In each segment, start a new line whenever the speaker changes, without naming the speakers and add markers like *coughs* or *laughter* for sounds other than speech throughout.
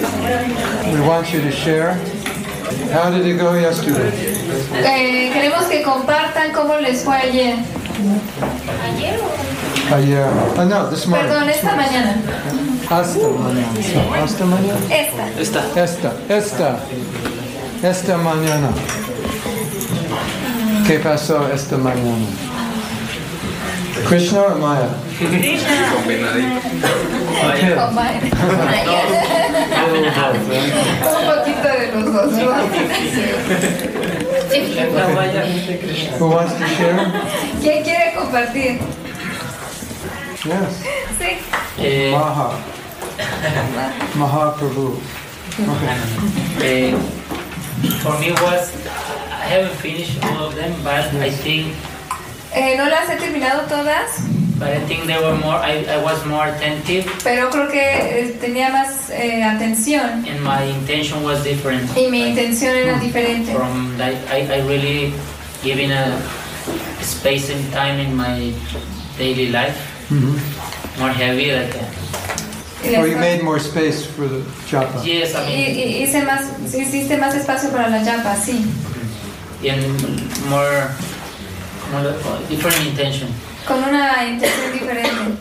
We want you to share. How did it go yesterday?
Eh, queremos que compartan cómo les fue ayer. ¿Ayer o?
Ayer. Oh, no, this morning.
Perdón, esta mañana.
Hasta mañana. So, hasta mañana.
Esta.
Está.
Esta, esta, esta mañana. ¿Qué pasó esta mañana? Krishna o Maya? Okay.
Con Ma- Un poquito de los dos. ¿no?
No, vaya.
Who wants to share?
¿Quién quiere compartir?
Yes.
Sí.
Eh,
Maha. Mahaprabhu.
eh, for me was I haven't finished all of them, but I think
Eh, no las he terminado todas,
but I think there were more. I, I was more attentive,
pero creo que eh, tenía más eh, atención
and my intention was different.
y mi intención era diferente.
From like I, I really giving a space and time in my daily life, more heavy like. A,
Y
Well, Oh, you
después-
made more space for the japa.
yes, I
Y,
mean.
y- hice más, hiciste más espacio para la yapa, sí,
and more, more uh, different intention.
con una intención diferente.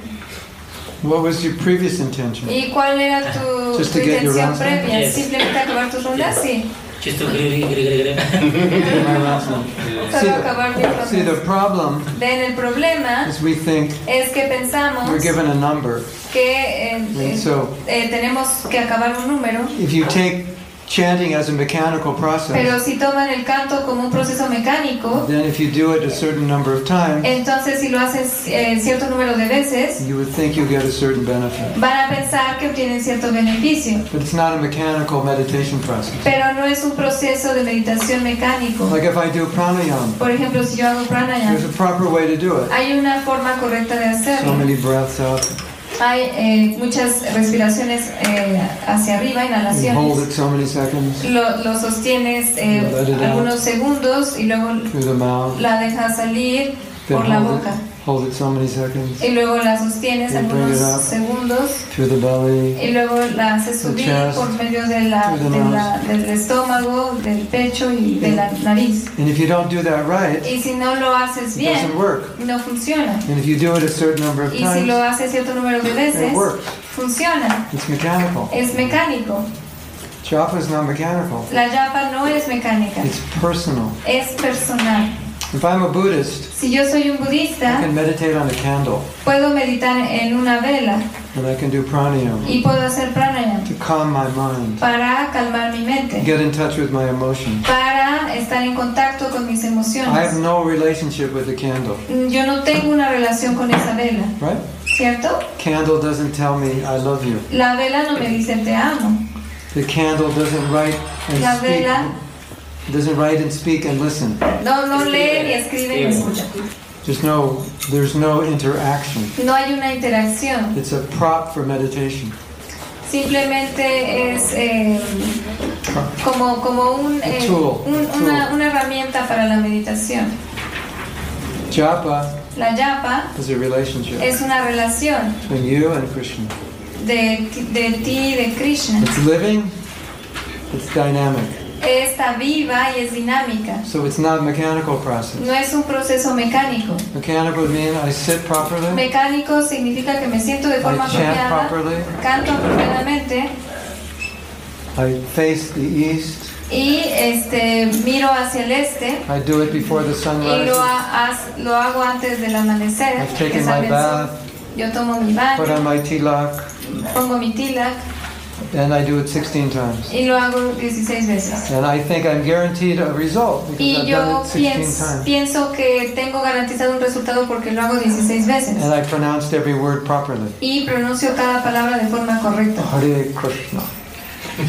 What was your previous intention?
¿Y cuál era tu,
Just
tu
to get your
intención
rounds
previa?
Yes.
¿Simplemente acabar tus rondas? Sí,
Just to gri- gri- gri- gri-
My last one. See, the,
solo acabar mis rondas.
see, the problem
Ven, el problema
is we think
es que pensamos
we're given a number.
que eh,
And so
eh, tenemos que acabar un número,
if you take chanting as a mechanical process,
pero si toman el canto como un proceso mecánico,
then if you do it a certain number of times,
entonces si lo haces eh, cierto número de veces,
you would think you get a certain benefit.
van a pensar que obtienen cierto beneficio.
But it's not a mechanical meditation process.
Pero no es un proceso de meditación mecánico.
Like if I do pranayama,
Por ejemplo, si yo hago
there's
pranayama,
a proper way to do it.
hay una forma correcta de
So
hacerlo.
many breaths out,
Hay eh, muchas respiraciones eh, hacia arriba,
you hold
inhalaciones.
it so many seconds
Lo, lo sostienes eh, algunos segundos y luego
through the mouth,
la dejas salir por la
then hold
boca.
it, hold it so many seconds
Y luego la sostienes algunos segundos
through the belly,
y luego la haces subir por medio de la- de la- del estómago, del pecho y de la nariz.
and if you don't do that right,
Y si no lo haces
it
bien,
doesn't work.
no funciona.
And if you do it a certain number of
Y si
times,
lo haces eh, cierto número de veces,
it works.
funciona.
It's mechanical.
Es mecánico.
Japa is not mechanical.
La yapa no es mecánica,
It's personal.
es personal.
If I'm a Buddhist,
Si yo soy un
I
budista,
can meditate on a candle
puedo meditar en una vela
and I can do pranayama
y puedo hacer pranayama
to calm my mind,
para calmar mi mente,
get in touch with my emotions.
para estar en contacto con mis
I have
emociones. Mm,
no relationship with the candle,
Yo no tengo una relación con esa vela,
right?
¿cierto?
Candle doesn't tell me I love you.
La vela no me dice te amo.
The candle doesn't write
La
and
vela
speak. Doesn't write and speak and listen.
no, no lee, ni escribe, ni escucha.
There's no, there's no interaction.
No hay una interacción.
It's a prop for meditation.
Simplemente es eh, como, como un, eh,
Tool.
un- una, una herramienta para la meditación.
Japa
La yapa
is a relationship
es una relación
between you and Krishna.
de, de ti y de Krishna.
It's living. It's dynamic.
Está viva y es dinámica.
So it's not a mechanical process.
No es un proceso mecánico.
Mechanical would mean I sit properly,
Mecánico significa que me siento de forma
I chant
apropiada,
properly,
canto apropiadamente
I face the east,
y este, miro hacia el este
I do it before the sun
y lo,
rises,
ha- haz- lo hago antes del amanecer.
I've
que
taken my
sale el sol.
bath,
Yo tomo mi
put
baño,
on my tilak,
pongo mi tilak
and I do it 16 times.
y lo hago 16 veces.
And I think I'm guaranteed a result because
Y
I've
yo
done it 16
pienso,
times.
pienso que tengo garantizado un resultado porque lo hago 16
And
veces
I pronounced every word properly.
y pronuncio cada palabra de forma correcta.
Hare Krishna.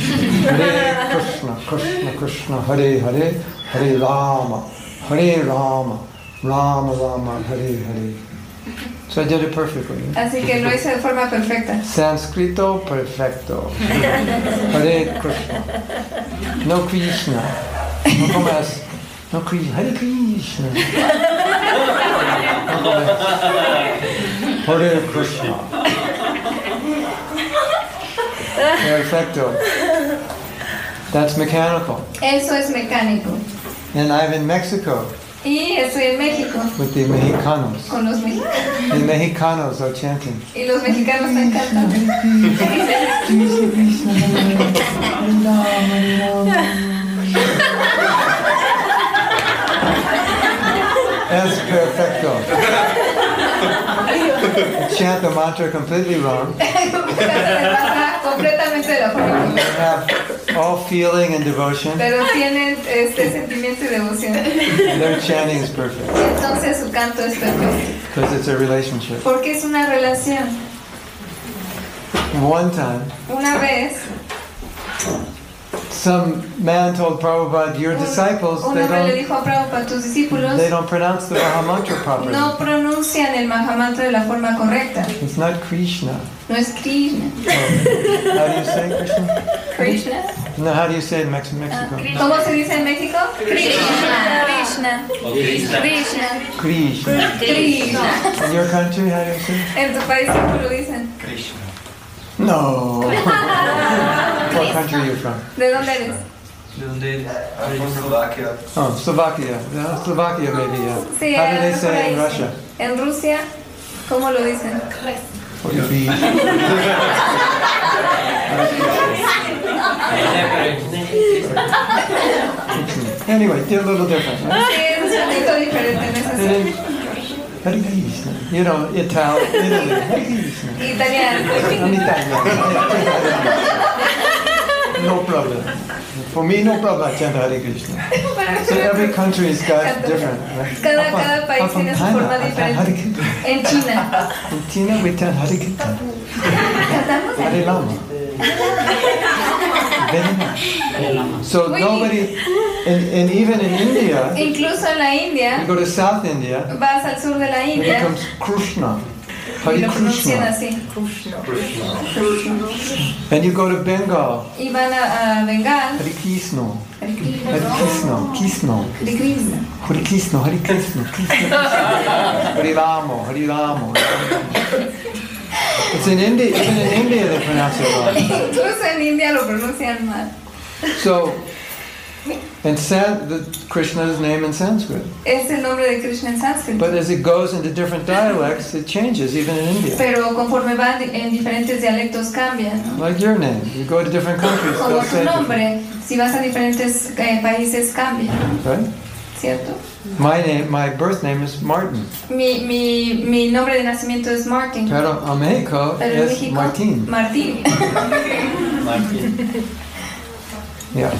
Hare Krishna, Krishna Krishna, Hare Hare, Hare Rama, Hare Rama, Rama Rama, Hare Hare. So I did it perfectly.
Así que lo hice de forma perfecta.
Sanscrito perfecto. Hare Krishna. No Krishna. No comas. No Krishna. Hare Krishna. No comas. Hare Krishna. Perfecto. That's mechanical.
Eso es mecánico.
And I'm in Mexico
Y estoy en México
with the Mexicanos.
con los mexicanos.
The Mexicanos are chanting.
Y los mexicanos me encantan. *laughs*
Es perfecto. Chant the mantra completely wrong.
Pasa completamente de la forma.
They have all feeling and devotion.
Pero tienen este sentimiento y devoción.
Their chanting is perfect
Entonces su canto es perfecto.
because it's a relationship.
Porque es una relación.
One time,
Una vez,
some man told Prabhupada, "Your disciples
un
they
hombre le
don't
dijo a Prabhupada, tus discípulos
they don't pronounce the Maha mantra properly.
no pronuncian el Mahamantra de la forma correcta.
It's not Krishna.
No es Krishna.
Oh, how do you say Krishna?
Krishna.
No, how do you say it in Mex- Mexico?
¿Cómo se dice en México? Krishna. Krishna.
Krishna.
Krishna.
Krishna.
Krishna.
In your country, how do you say? it?
En tu país cómo lo dicen.
No. what country are you from?
¿De dónde eres?
¿De dónde eres?
Oh, Slovakia. Yeah, Slovakia, maybe. Yeah.
Sí,
How
a
do
lo
they
mejor
say
ahí
in
sí.
Russia?
En Rusia, ¿cómo lo dicen?
What do you be? Anyway, they're a little different. Right?
Sí, es un poquito diferente en ese
And in
sentido.
Hare Krishna, you know, Italian, Italy, Hare Krishna.
Italiano.
I'm Italian. No problem. For me, no problem. I chant Hare Krishna. So every country is got different. Right?
Cada-
I'm from-
cada país
I'm from
tiene su
China.
forma
I chant Hare Krishna.
En China.
In China, we chant Hare Krishna.
¿Cantamos?
Hare Lama. Very nice. So
Wait.
nobody, and, and even in India,
Incluso en la
you
India,
go to South India,
vas al sur de la
it
India
becomes Krishna,
y
Hare
lo pronuncian
Krishna.
así.
And you go to Bengal,
Y van a, a Bengal.
Hare Krishna,
Hare
Hare Krishna, Krishna,
Krishna.
Hare Krishna, Hare Krishna, Krishna, Krishna, Hare Rama, Hare Rama. It's in India, even in India they pronounce it wrong.
Incluso en India lo pronuncian mal.
So, and San, the, Krishna's name in Sanskrit.
Es el nombre de Krishna en sánscrito.
But as it goes into different dialects, it changes, even in India.
Pero conforme van en diferentes dialectos cambia, ¿no?
Like your name, you go to different countries,
Como
they'll
tu
say different,
nombre, si vas a diferentes eh, países cambia,
right?
¿cierto?
My name, my birth name is Martin.
Mi, mi, mi nombre de nacimiento es Martin.
Pero en Mexico
Pero en
es
México,
Martin.
Martín. *laughs*
Yeah,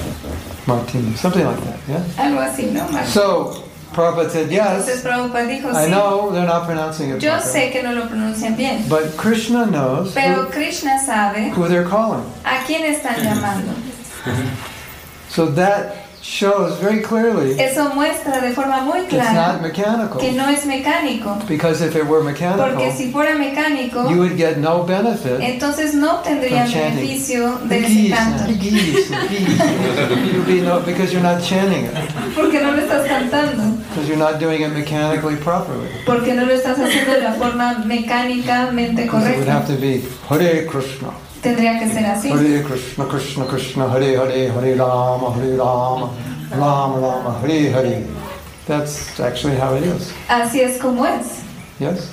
Martin, something like that. Yeah.
Algo así, ¿no? Martín.
So Prabhupada said
Entonces
yes.
Prabhupada dijo,
I
sí,
know they're not pronouncing it
yo
properly,
sé que no lo pronuncian bien,
but Krishna knows who,
pero Krishna sabe
who they're calling.
a quién están llamando.
So that shows very clearly it's
Eso muestra de forma muy
not
clara que
mechanical.
no es mecánico,
Because if it were
porque
mechanical,
si fuera mecánico,
you would get no benefit
entonces no obtendrían
From chanting.
beneficio de ese
Please,
canto,
please, please. You'll be no, because you're not chanting it,
porque no lo estás cantando.
because you're not doing it mechanically properly.
porque no lo estás haciendo de la forma mecánicamente
Because it would have
correcta.
to be Hare Krishna,
Tendría que ser así.
Hare Krishna, Krishna Krishna, Hare Hare, Hare Rama, Hare Rama, Rama Rama, Hare Hare. That's actually how it is.
Así es como es.
Yes.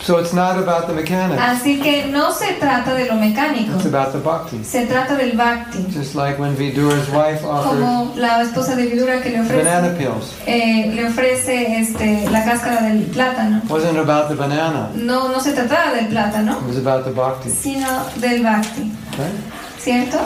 So it's not about the mechanics;
Así que no se trata de lo mecánico,
it's about the bhakti.
se trata del bhakti.
Just like when Vidura's wife offered
Como la esposa de Vidura que le
banana
ofrece,
peels,
eh, le ofrece este, la cáscara del plátano.
wasn't about the banana;
No, no se trataba del plátano,
it was about the bhakti.
sino del bhakti.
Right?
¿Cierto?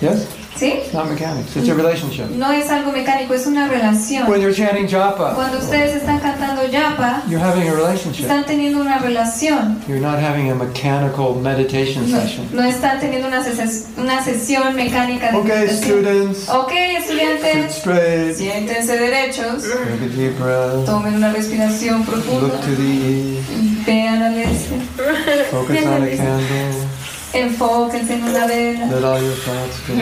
Yes.
¿Sí?
It's not mechanics, it's a relationship.
No es algo mecánico, es una relación.
When you're chanting japa,
Cuando ustedes están cantando yapa,
you're having a relationship.
están teniendo una relación.
You're not having a mechanical meditation
No,
session.
no están teniendo una, ses- una sesión mecánica de
Okay, students,
Ok,
sit
estudiantes,
straight.
siéntense derechos,
Take a deep breath.
tomen una respiración profunda,
Look to the east.
vean al este,
Focus on a candle.
enfóquense en una vela,
Let all your thoughts go.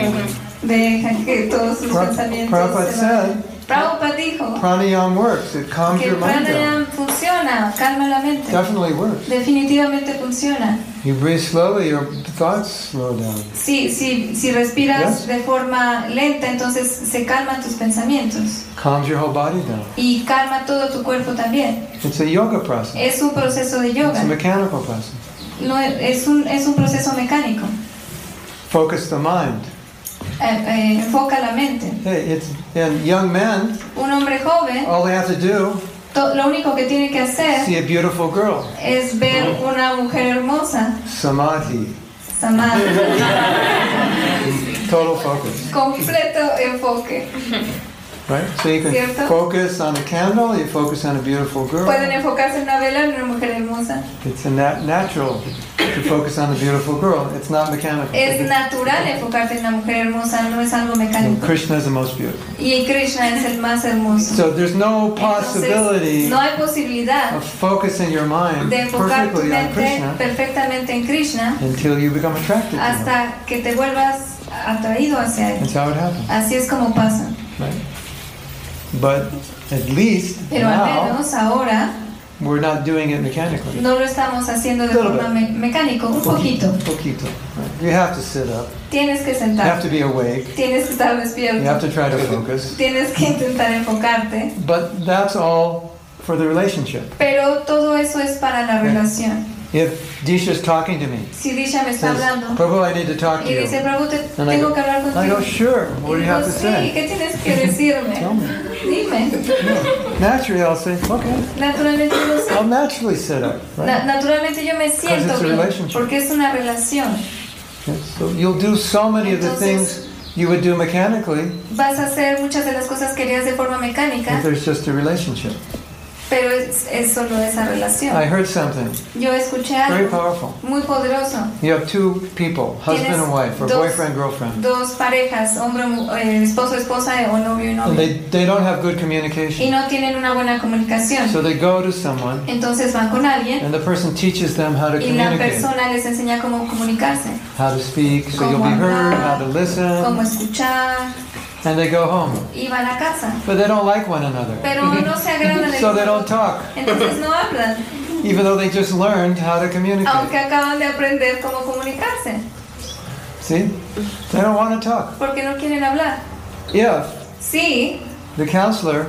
dejan que todos sus
Pra-
pensamientos
Prabhupada
se
said,
vayan. Prabhupada dijo
Pranayam works, it calms
que el
your mind down.
pranayama funciona, calma la mente.
Definitely works.
Definitivamente funciona.
You breathe slowly, your thoughts slow down.
Si, si, si respiras de forma lenta, entonces se calman tus pensamientos
Calms your whole body down.
y calma todo tu cuerpo también.
It's a yoga process.
Es un proceso de
It's a
yoga,
mechanical process.
no es es un, es un proceso mecánico.
Focus the mind.
Eh, eh, enfoca la mente.
Hey, it's and young men,
Un hombre joven,
all they have to do
to- lo único que tiene que hacer
see a beautiful girl.
es ver una mujer hermosa,
Samadhi.
samadhi,
Total focus.
*laughs* completo enfoque.
Right? So you can
Cierto.
focus on a candle, you focus on a beautiful girl.
Pueden enfocarse en una vela en una mujer hermosa.
It's a nat- natural to focus on a beautiful girl. It's not mechanical.
Es natural enfocarte en una mujer hermosa, no es algo
And
mecánico.
Krishna is the most beautiful.
Y Krishna es el más hermoso.
So there's no
Entonces,
possibility
no hay posibilidad
of focusing your mind
de enfocar tu
perfectly on
mente
Krishna
perfectamente en Krishna
until you become attracted to him.
hasta que te vuelvas atraído hacia él.
That's how it happens.
Así es como pasa.
Right? But at least
Pero al
now
menos ahora
we're not doing it mechanically.
no lo estamos haciendo de
Claro.
forma me- mecánica, un
Poquito.
poquito.
Poquito. Right. You have to sit up.
Tienes que
You have
sentarte,
to be awake.
tienes que estar
You have
despierto,
to try to focus.
tienes que intentar enfocarte.
But that's all for the relationship.
Pero todo eso es para la relación.
If Disha's talking to me,
Si Disha me está
says,
hablando
Prabhu, I need to talk to
y dice,
you.
Prabhu, te-
And I go,
tengo que hablar
I
contigo.
go, sure. What
Y
do you
digo,
have to
sí,
say?
¿qué tienes
*laughs*
que
Tell
decirme?
me.
Dime.
Naturally, I'll say, okay.
Naturalmente yo sé.
I'll naturally sit up.
Na-
Right?
naturalmente yo me siento
it's a
bien,
relationship.
porque es una relación.
So you'll do so many of the things you would do mechanically
Vas a hacer muchas de las cosas que harías de forma mecánica,
if there's just a relationship.
pero es, es solo esa relación.
I heard something
Yo escuché
very
algo
powerful.
muy poderoso.
You have two people, husband and wife, or
Dos-
boyfriend, girlfriend,
Dos parejas, hombre, mu- eh, esposo, esposa eh, o novio y
and
novio.
they, they don't have good
Y
communication.
no tienen una buena comunicación.
So they go to someone,
Entonces van con alguien
and the person teaches them how to
y la
communicate,
persona les enseña cómo comunicarse,
how to speak, so you'll be heard, how to
cómo
listen,
escuchar
and they go home.
y van a casa.
But they don't like one another,
Pero no se agradan de
so they don't talk,
Entonces no hablan,
even though they just learned how to communicate.
aunque acaban de aprender cómo comunicarse,
See? They don't want to talk.
porque no quieren hablar.
If
Sí,
the counselor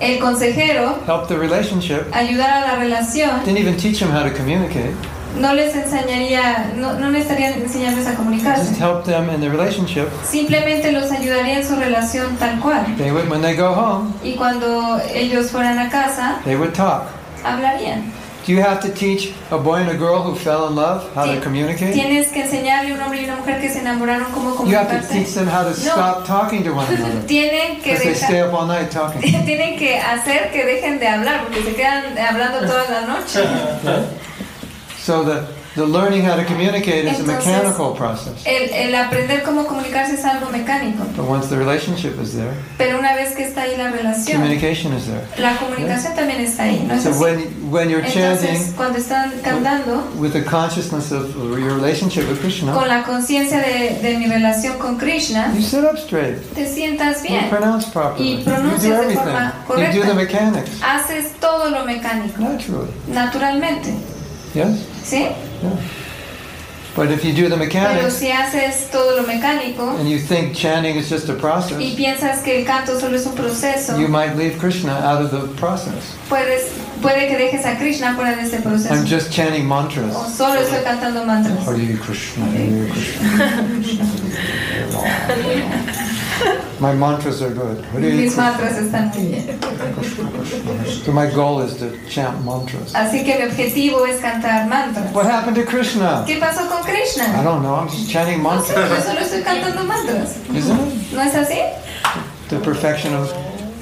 el consejero
helped the relationship,
ayudara a la relación
didn't even teach them how to communicate,
no les enseñaría, no, no les estarían enseñándoles a
just
comunicarse.
helped them in the relationship,
Simplemente los ayudaría en su relación tal cual.
they would, when they go home,
Y cuando ellos fueran a casa,
they would talk.
hablarían.
Do you have to teach a boy and a girl who fell in love how to
Ti-
communicate?
Tienes que enseñarle a un hombre y una mujer que se enamoraron cómo
You have to
comunicarse.
teach them how to stop talking to
*laughs*
one another
Tienen que
because they stay
dejar,
up all night talking.
*laughs* tienen que hacer que dejen de hablar porque se quedan hablando toda la noche.
So the, the learning how to communicate is a
Entonces-
mechanical process.
El, el aprender cómo comunicarse es algo mecánico,
But once the relationship is there,
pero una vez que está ahí la relación,
communication is there.
la comunicación también está ahí, ¿no es
So
así?
when, when you're
Entonces,
chanting
cuando están cantando,
with the consciousness of your relationship with Krishna,
con la conciencia de, de mi relación con Krishna,
you sit up straight,
te sientas
you
bien,
pronounce properly, you
pronuncias
do
de
everything,
forma
you do the
correcta.
mechanics
haces todo lo mecánico,
naturally.
naturalmente,
Yes?
¿sí?
Yeah. But if you do the
Pero
mechanics,
si haces todo lo mecánico
and you think chanting is just a
y
process,
piensas que el canto solo es un proceso,
you might leave Krishna out of the process.
puedes, puede que dejes a Krishna fuera de este
I'm
proceso,
just chanting mantras.
o solo estoy cantando mantras.
Hare Krishna, Hare Krishna. My mantras are good. Hare
Mis
Krishna,
mantras están muy bien.
Krishna, Krishna. So my goal is to chant mantras.
Así que mi objetivo es cantar mantras.
What happened to Krishna?
¿Qué pasó
I
con Krishna?
don't know. I'm just chanting
No sé, yo
mantras.
solo estoy cantando mantras.
Isn't it
¿No es así?
the perfection of?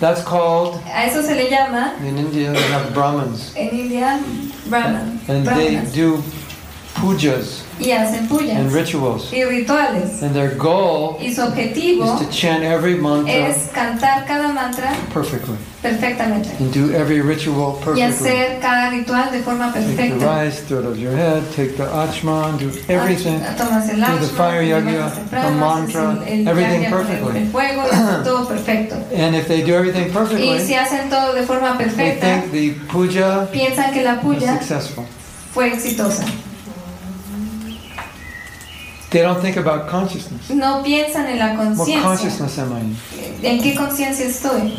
That's called
A eso se le llama
in India. They have Brahmins,
en India Brahman.
and they
brahmanas.
do pujas
y hacen
and
puyas
rituals.
y rituales.
And their goal
Y su
is
objetivo
to chant every mantra
es cantar cada mantra
perfectly
perfectamente
and do every ritual
y
perfectly.
hacer cada ritual de forma
Take the
perfecta.
rice, throw it over your head, take the achman, do everything.
Ah, Tomas el
Do the
ashwagandha,
fire yagya,
levantas temprano,
the
haces
mantra,
el- el
everything
yagya con el-
perfectly.
el fuego,
*coughs*
haces todo perfecto.
And if they do everything
Y si
perfectly,
hacen todo de forma
they
perfecta,
think the puja
piensan que la
was
puya
successful.
fue exitosa.
They don't think about consciousness.
No piensan en la
What
conciencia.
consciousness am I in?
¿En qué conciencia estoy?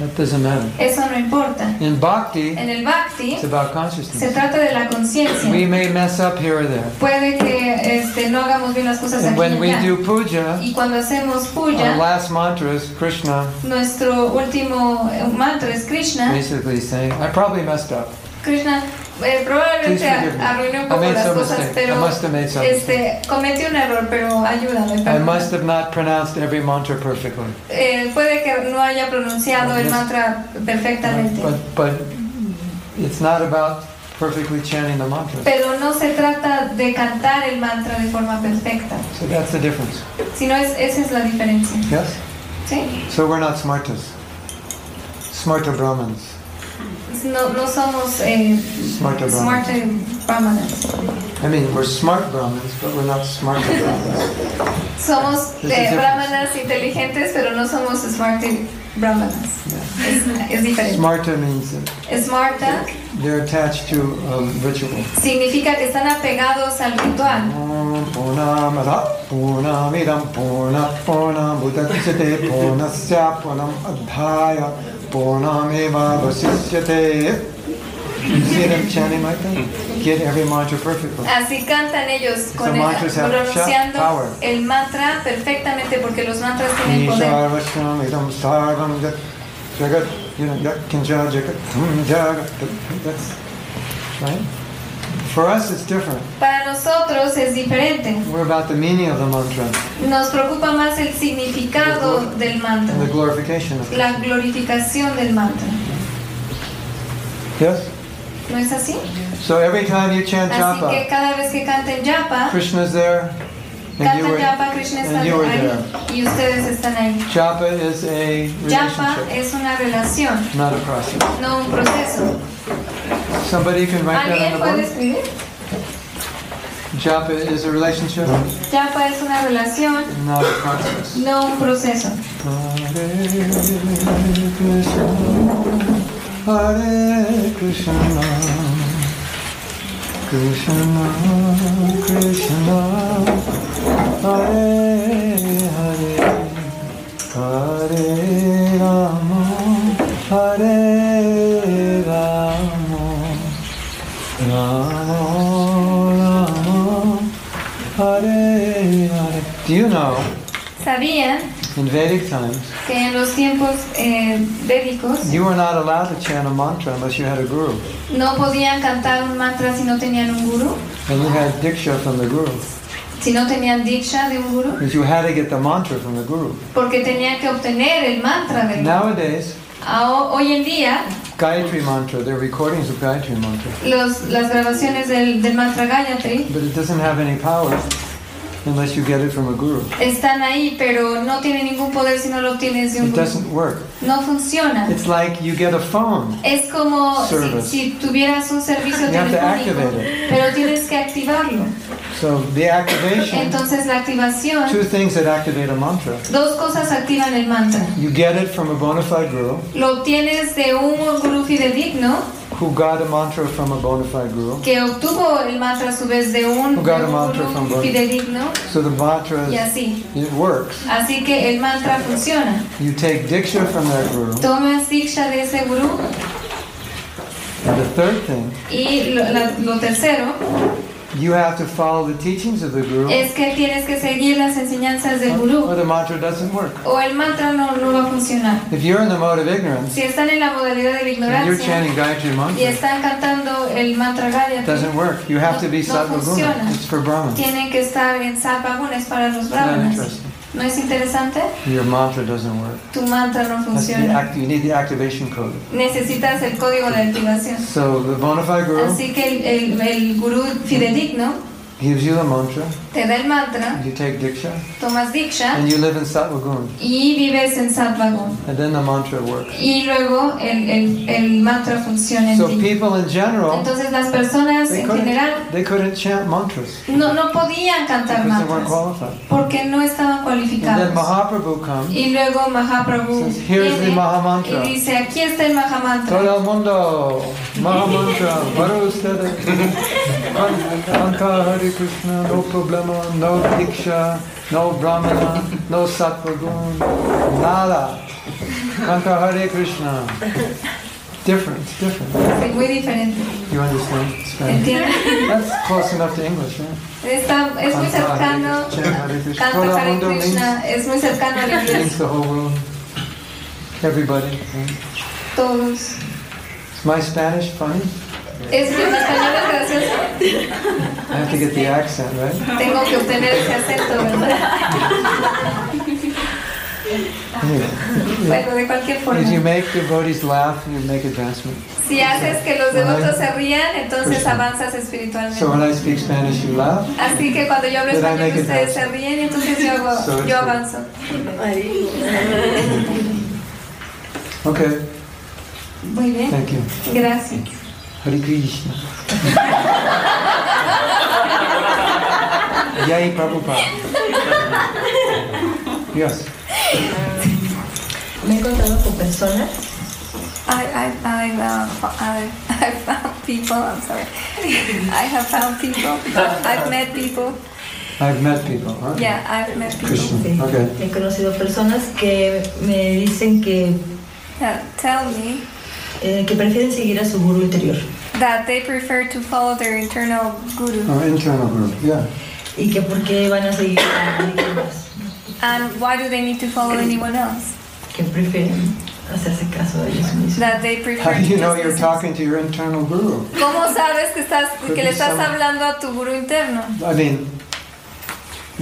That doesn't matter.
Eso no importa.
In bhakti,
En el bhakti
it's about
se
consciousness.
trata de la conciencia.
We may mess up here or there.
Puede que este, no hagamos bien las cosas
And
aquí
when
y
we
allá.
do puja,
Y cuando hacemos
our
puya,
last mantra is Krishna,
nuestro último eh, mantra es Krishna.
basically saying, I probably messed up.
Krishna eh,
Please
probablemente
forgive me.
arruinó un
I
poco
made
las
some
cosas,
mistake. I
pero
must have made some mistake.
este, cometí un error, pero ayúdame.
I
perdona.
must have not pronounced every mantra perfectly.
Eh, puede que no haya pronunciado el
Yes.
mantra perfectamente,
But, but it's not about perfectly chanting the mantras.
pero no se trata de cantar el mantra de forma perfecta,
So that's the difference.
sino es, esa es la diferencia.
Yes?
¿sí?
So we're not smartas. Smarta Brahmins.
No, no somos eh,
Smarta Brahmins.
smart brahmanas,
I mean, we're smart Brahmins, but we're not smarta Brahmins.
somos
the
eh,
difference.
brahmanas inteligentes, pero no somos smart brahmanas. Es, es diferente.
Smarta means that
Smarta
they're attached to a ritual.
significa que están apegados al ritual.
Om Purnamada Purnamidam Purnat Purnamudachyate Purnasya Purnam Adhaya Purnameva Vasishyate You see them chanting like that? Get every mantra perfectly.
Así cantan ellos con
The
el-
mantras have
pronunciando
power.
el mantra perfectamente porque los mantras tienen poder.
Nisharvashnamidam sarvam yat jagat you know, yat kinja jagat tum jagat that's right? For us it's different.
Para nosotros es diferente.
We're about the meaning of the mantra
Nos preocupa más el significado del mantra,
and the glorification of it.
la glorificación del mantra.
Yes?
¿No es así?
So every time you chant
Así
japa,
que cada vez que canten japa,
Krishna's there, and you
cantan
were,
japa, Krishna está
and you were
ahí
there.
y ustedes están ahí.
Japa is a
Japa
relationship,
es una relación,
not a process.
no un proceso.
Somebody can write that
¿Alguien
on
puede
the board.
escribir?
Japa is a relationship,
Japa es una relación,
not a process.
no un proceso.
Hare Krishna, Hare Krishna, Krishna Krishna, Hare Hare, Hare Rama, Hare Rama, Rama Rama, Hare Hare. Do you know?
Sabían
In Vedic times,
que en los tiempos eh, védicos
you were not allowed to chant a mantra unless you had a guru.
no podían cantar un mantra si no tenían un guru,
And you had diksha from the guru.
si no tenían diksha de un guru,
Because you had to get the mantra from the guru.
porque tenían que obtener el mantra del guru.
Nowadays,
A- ho- Hoy en día,
Gayatri mantra, there are recordings of Gayatri mantra.
los, las grabaciones del, del mantra Gayatri
But it doesn't have any power unless you get it from a guru.
están ahí, pero no tienen ningún poder si no lo obtienes de un
It
guru.
doesn't work.
No funciona.
It's like you get a phone.
Es como si,
Service.
si tuvieras un servicio
You have to
telefónico,
activate
pero tienes que activarlo.
So the activation,
Entonces la activación,
two things that activate a mantra.
dos cosas activan el mantra.
You get it from a bona fide guru
Lo obtienes de un gurú fidedigno
who got a mantra from a bona fide guru.
que obtuvo el mantra a su vez de un,
Who got a
de un
mantra
gurú
from God.
fidedigno
So the mantra,
y
is-
así.
it works.
Así que el mantra funciona.
You take diksha from that guru.
Tomas diksha de ese gurú
And the third thing,
y lo, la- lo tercero
you have to follow the teachings of the guru,
es que tienes que seguir las enseñanzas del
or
gurú
the mantra doesn't work.
o el mantra no, no va a funcionar.
If you're in the mode of ignorance,
Si están en la modalidad de la
and you're
ignorancia
chanting Gayatri
y
mantra,
están cantando el mantra
it
Gayatri,
doesn't work. You have to be
No
satvaguna.
funciona.
It's for brahmins. It's
tienen que estar en sapagunas para
not
los brahmanas.
interesting.
¿No es interesante?
Your mantra doesn't work.
Tu mantra no
That's the
funciona.
act, you need the activation code.
Necesitas el código de activación.
So the bona fide guru
Así que el, el, el gurú fidedigno
gives you a mantra,
te da el mantra,
and you take diksha,
tomas diksha
and you live in sattva guna.
y vives en sattva guna.
And then the mantra works.
Y luego el, el, el mantra funciona en
So
ti.
people in general,
Entonces las personas
they
en
couldn't,
general
they couldn't chant mantras
no, no podían cantar
because they weren't
mantras
qualified.
porque no estaban
And then
cualificados.
Mahaprabhu comes,
Y luego Mahaprabhu
says, here's the
viene
Mahamantra.
y dice, aquí está el Mahamantra.
Todo el mundo, Mahamantra, para ustedes. Anka Hare Krishna, no problema, no diksha, no brahmana, no sattvagun, nada. Anka Hare Krishna. Different, different.
Es muy diferente.
You understand Spanish?
¿Entiendes?
That's close enough to English, right?
Está- es muy
Canta
cercano.
Hare Krishna, Hare Krishna. eh, Todo
Canta
el
Hare
mundo means,
Krishna. Es muy cercano al
means
inglés.
the whole world. Everybody. right?
Todos.
Is my Spanish funny?
Es que en español es gracioso.
I have to get the accent, right?
Tengo que obtener ese acento, ¿verdad?
Anyway,
Bueno, de cualquier
If you
forma.
make devotees laugh, you make advancement.
Si haces que los devotos se rían, entonces avanzas espiritualmente.
So when I speak Spanish, you laugh.
Así que cuando yo hablo
Did I
español,
make it
ustedes se
happen?
ríen y entonces
*laughs*
yo, hago-
So it's
yo
good.
avanzo.
Okay,
Muy bien.
thank you.
Gracias.
Hare Krishna. *laughs* Jai Prabhupada. Yes.
Me he encontrado con personas
I, I, I, uh, I, I found people, I'm sorry. I have found people. I've met people.
I've met people, huh?
Yeah, I've met people.
Krishna.
Sí.
Okay.
He conocido personas que me dicen que,
that tell me
eh, que prefieren seguir a su gurú interior
that they prefer to follow their internal guru.
Our internal group, yeah.
y que por qué van a seguir a alguien más,
And why do they need to follow anyone else?
que prefieren hacerse caso de ellos mismos.
That they prefer
How do you
to
know
just
you're
listen.
talking to your internal guru?
¿Cómo sabes que, estás, que le estás hablando a tu guru interno?
I mean,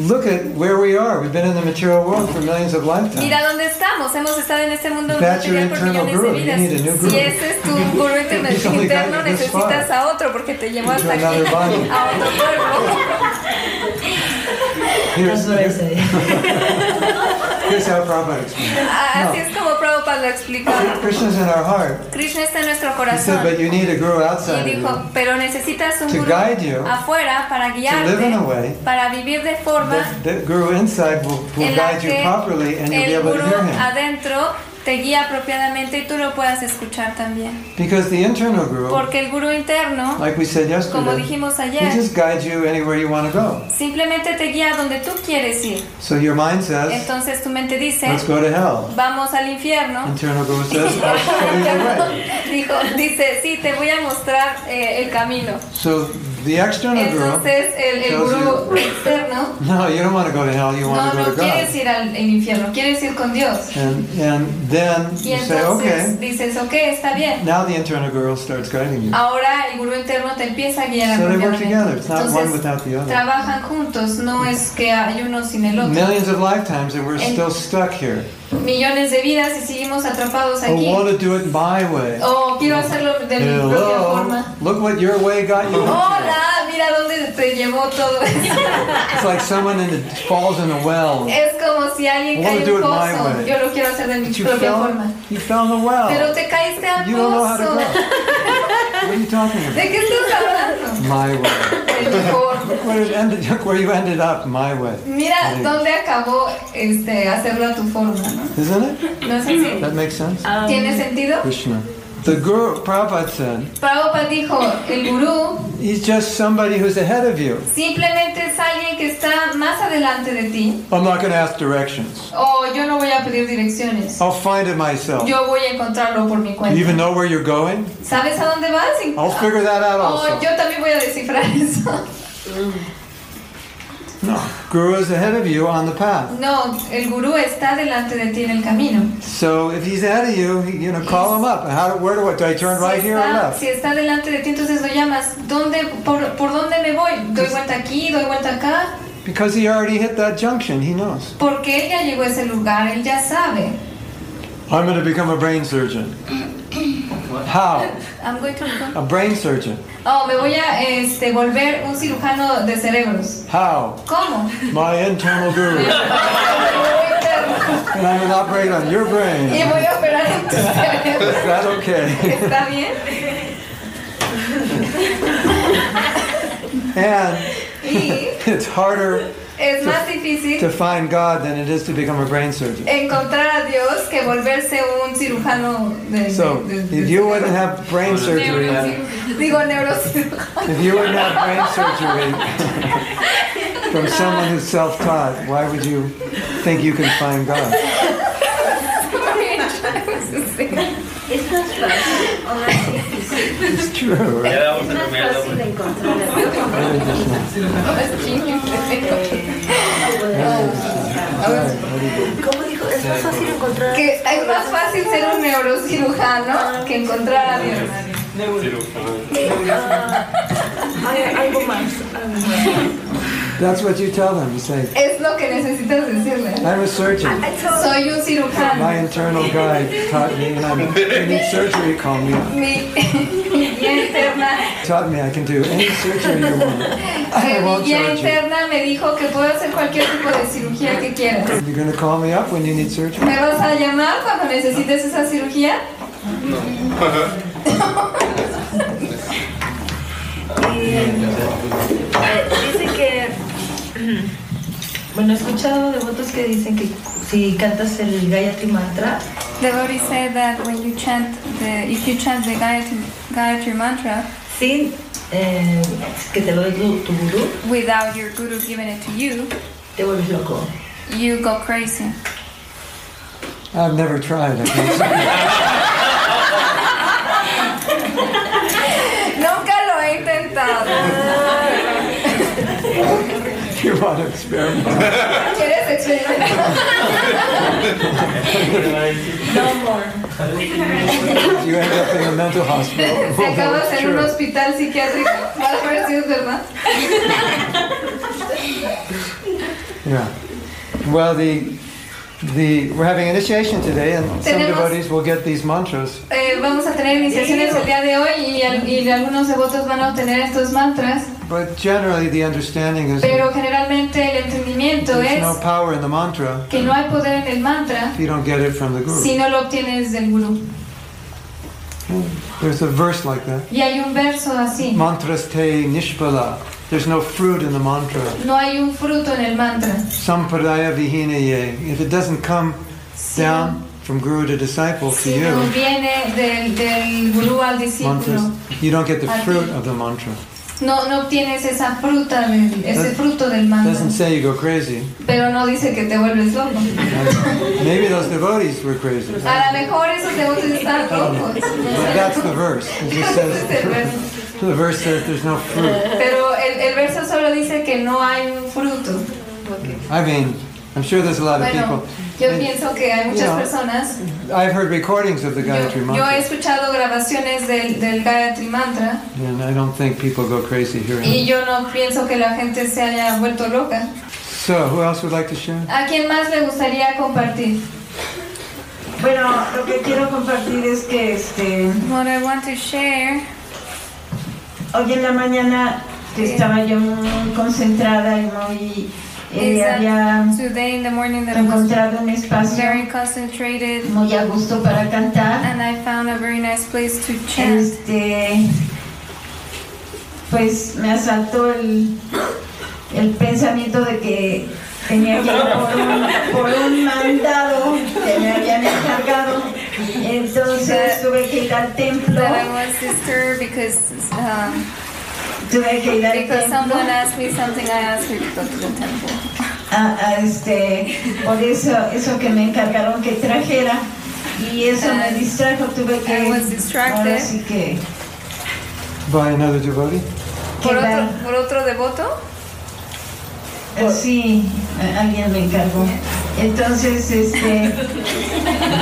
look at where we are. We've been in the material world for millions of lifetimes.
Mira dónde estamos, hemos estado en este mundo
That's your
material por
internal guru.
millones de
You need a new
vidas.
guru.
Si ese es
*laughs*
tu guru interno,
He's only
interno,
guided this far.
necesitas a otro porque te llevó
Into
hasta aquí, a
another body.
otro
*laughs*
cuerpo.
No
Here's,
solo
here's
ese.
here's how Prabhupada explained
Ah, Así es como Prabhupada lo explicó.
it. Krishna's in our heart.
Krishna está en nuestro
He said,
corazón.
but you need a guru
Y
outside of you
dijo, pero necesitas un
to
gurú
guide you
afuera para
to live in a
guiarte,
way
para vivir de forma
that the guru inside will, will
en la
guide you
que
properly and you'll be
el
able
gurú
to hear him.
adentro te guía apropiadamente y tú lo puedas escuchar también.
Because the internal guru,
Porque el gurú interno,
like we said
como
yesterday,
dijimos
he
ayer,
just guides you anywhere you want to go.
simplemente te guía a donde tú quieres ir.
So your mind says,
Entonces tu mente dice,
let's go to hell.
vamos al infierno.
Internal guru
*laughs*
says, I'll show you the way.
Dijo, dice, sí, te voy a mostrar eh, el camino.
So the external guru,
Entonces el, el
tells
gurú externo
no, you don't want to go to hell, you
No,
want to go
no
to God.
quieres ir al al infierno, quieres ir con Dios.
And, and then
Y
you say,
entonces
okay,
dices, ok, está bien.
now the internal guru starts guiding you.
Ah, Ahora el gurú interno te empieza a guiar.
So they work
apropiadamente.
together. It's not one
Entonces
without the other.
trabajan juntos, no es que hay uno sin el otro.
Millions of lifetimes and we're
And-
still stuck here.
Millones de vidas y seguimos atrapados
I
aquí.
want to do it my way.
O quiero hacerlo de mi propia
Hello.
forma.
Look what your way got you. into.
uh. Hola, mira dónde te llevó
*laughs*
todo eso.
It's like someone in the, falls in a well.
Es como si alguien
I wanna
cae en
do
un
it my
pozo.
way.
Yo lo quiero hacer de mi
But you
propia forma.
fell, you fell in the
uh. Pero
well.
te caíste al
You don't know how to
pozo.
go. What are you talking
¿De
about?
qué estás hablando?
My way. *laughs*
De mi forma.
Look where, it ended, look where you ended up, my way.
Mira
Sí.
dónde acabó este, hacerlo a tu forma, ¿no?
Isn't it?
¿No es así?
That makes sense?
¿Tiene sentido?
Krishna. The Guru, Prabhupada said,
Prabhupada dijo, el gurú
he's just somebody who's ahead of you.
simplemente es alguien que está más adelante de ti.
I'm not going to ask directions.
O yo no voy a pedir direcciones.
I'll find it myself.
Yo voy a encontrarlo por mi
You even
cuenta.
know where you're going?
¿Sabes a dónde vas? Y-
I'll figure that out
O
also.
yo también voy a descifrar *laughs* eso.
No. Guru is ahead of you on the path.
No, el gurú está delante de ti en el camino.
So if he's ahead of you, you know, call him up. How do, where do I, do I turn right
si,
here or
está,
left?
si está delante de ti, entonces lo llamas. ¿Dónde, por, ¿Por dónde me voy? ¿Doy vuelta aquí? ¿Doy vuelta acá?
Because he already hit that junction, he knows.
Porque él ya llegó a ese lugar, él ya sabe.
I'm going to become a brain surgeon. How?
I'm going to become-
A brain surgeon.
Oh, me voy a este, volver un cirujano de cerebros.
How? *laughs*
¿Cómo?
My internal guru. And I'm going to operate on your
Y
brain.
voy a operar en tu *laughs* cerebro.
Is that okay?
¿Está bien?
And
Y
it's harder
es más difícil
to find God than it is to become a brain surgeon.
encontrar a Dios que volverse un cirujano de,
So
de- de-
if you wouldn't have brain surgery,
digo neurocirujano.
if you wouldn't have brain surgery from someone who's self-taught, why would you think you can find God?
Es más fácil, o más difícil.
It's true, right?
Es más fácil de encontrar a Dios. ¿Cómo dijo? Es más fácil encontrar a
Que es más fácil ser un neurocirujano que encontrar a Dios.
Hay algo más.
That's what you tell them. You say,
Es lo que necesitas decirle.
I'm a surgeon.
Soy un cirujano.
My internal guide taught me, and I'm, I need surgery, call me up.
Mi, mi guía interna,
Taught me I can do any surgery you want.
eh, mi
won't
guía
judge you.
interna me dijo que puedo hacer cualquier tipo de cirugía que quieras.
You're going to call me up when you need surgery?
¿Me vas a llamar cuando necesites esa cirugía?
Dice que
Bueno, he escuchado devotos que dicen que si cantas el Gayatri Mantra,
Devotee said that when you chant the, if you chant the Gayatri, Gayatri mantra
sin eh, que te lo dé tu, tu gurú,
without your guru giving it to you,
te vuelves loco.
you go crazy.
I've never tried. I can't *laughs* say.
*laughs* Nunca lo he intentado.
*laughs*
If you want to experiment,
¿Quieres
*laughs*
experimentar?
No more.
you end up in a mental hospital.
Si acabas en un
Sure.
hospital psiquiátrico, vas a ver si es verdad.
Yeah. Well, the the we're having initiation today, and some
Tenemos-
devotees will get these mantras.
Eh, vamos a tener iniciaciones el día de hoy y, al- y algunos devotos van a obtener estos mantras,
But generally, the understanding is
pero generalmente el entendimiento
there's
es
no power in the mantra
que no hay poder en el mantra
if you don't get it from the guru.
si no lo obtienes del gurú.
There's a verse like that.
Y hay un verso así,
Mantras te nishpala. There's no fruit in the mantra.
no hay un fruto en el mantra.
Sampradaya vihinaye. If it doesn't come
Si no,
down from guru to disciple to
si no
you,
viene del, del gurú al
mantras,
discípulo,
you don't get the
Aquí.
fruit of the mantra.
no, no obtienes esa fruta, del- ese fruto del
Doesn't
mantra.
say you go crazy.
Pero no dice que te vuelves loco.
Maybe those devotees were crazy.
A lo mejor esos devotos están locos.
But that's the verse. It
*laughs*
just
Ese es el Este verso.
says, *laughs* the verse says there's no fruit.
Pero el, el verso solo dice que no hay un fruto.
I mean, I'm sure there's a lot of
Bueno,
people.
yo pienso que hay muchas
Yeah.
personas.
I've heard recordings of the Gayatri
Yo, yo
Mantra,
he escuchado grabaciones del, del Gayatri Mantra
and I don't think people go crazy hearing
y
it.
yo no pienso que la gente se haya vuelto loca.
So, who else would like to share?
¿A quién más le gustaría compartir?
Bueno, lo que quiero compartir es que este,
What I want to share
hoy en la mañana que estaba yo muy concentrada y muy eh,
Exacto.
había
today in the morning that I was
encontrado un espacio
very concentrated
muy a gusto para cantar.
and I found a very nice place to
Ah.
chant.
Este, pues me asaltó el, el pensamiento de que tenía que ir por un, por un mandado que me habían encargado. Entonces tuve que ir al templo,
That I was disturbed because um,
tuve que ir al
because
templo.
someone asked me something, I asked her to go to the temple.
a- a, Ah, este, por eso, eso que me encargaron que trajera y eso me distrajo, tuve que
Ah, I was distracted.
ahora sí que,
By another devotee?
que
Por
dar-
otro, por otro devoto,
eh, sí, a- alguien me encargó. Entonces,
*laughs*
este,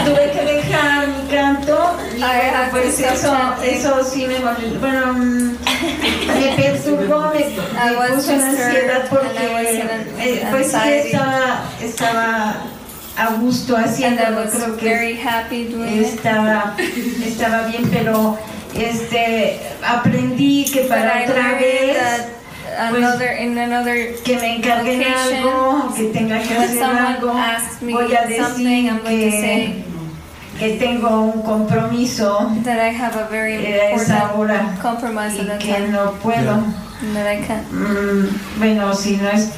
tuve que dejar mi canto y
Ay,
bueno,
ah,
pues
sí,
eso,
sí.
eso sí me vol- bueno, mm, me perturbó, me,
I was
me puso en
disturbed
ansiedad
and I was in
porque
an
eh, pues sí
anxiety.
estaba, estaba a gusto
and I
haciéndolo,
was
creo que
very happy doing it.
estaba, estaba bien, pero este, aprendí que
But
para
I
otra
learned
vez
that another in another
que me encarguen
Location.
algo, que tenga que
when
hacer algo,
someone asks me
voy a
something,
decir
I'm going to
que,
say
que tengo un compromiso
that I have a very
eh, a esa
important
hora
compromise
y
at that
que
time
no puedo.
and that I can't.
Mm, bueno, si no es,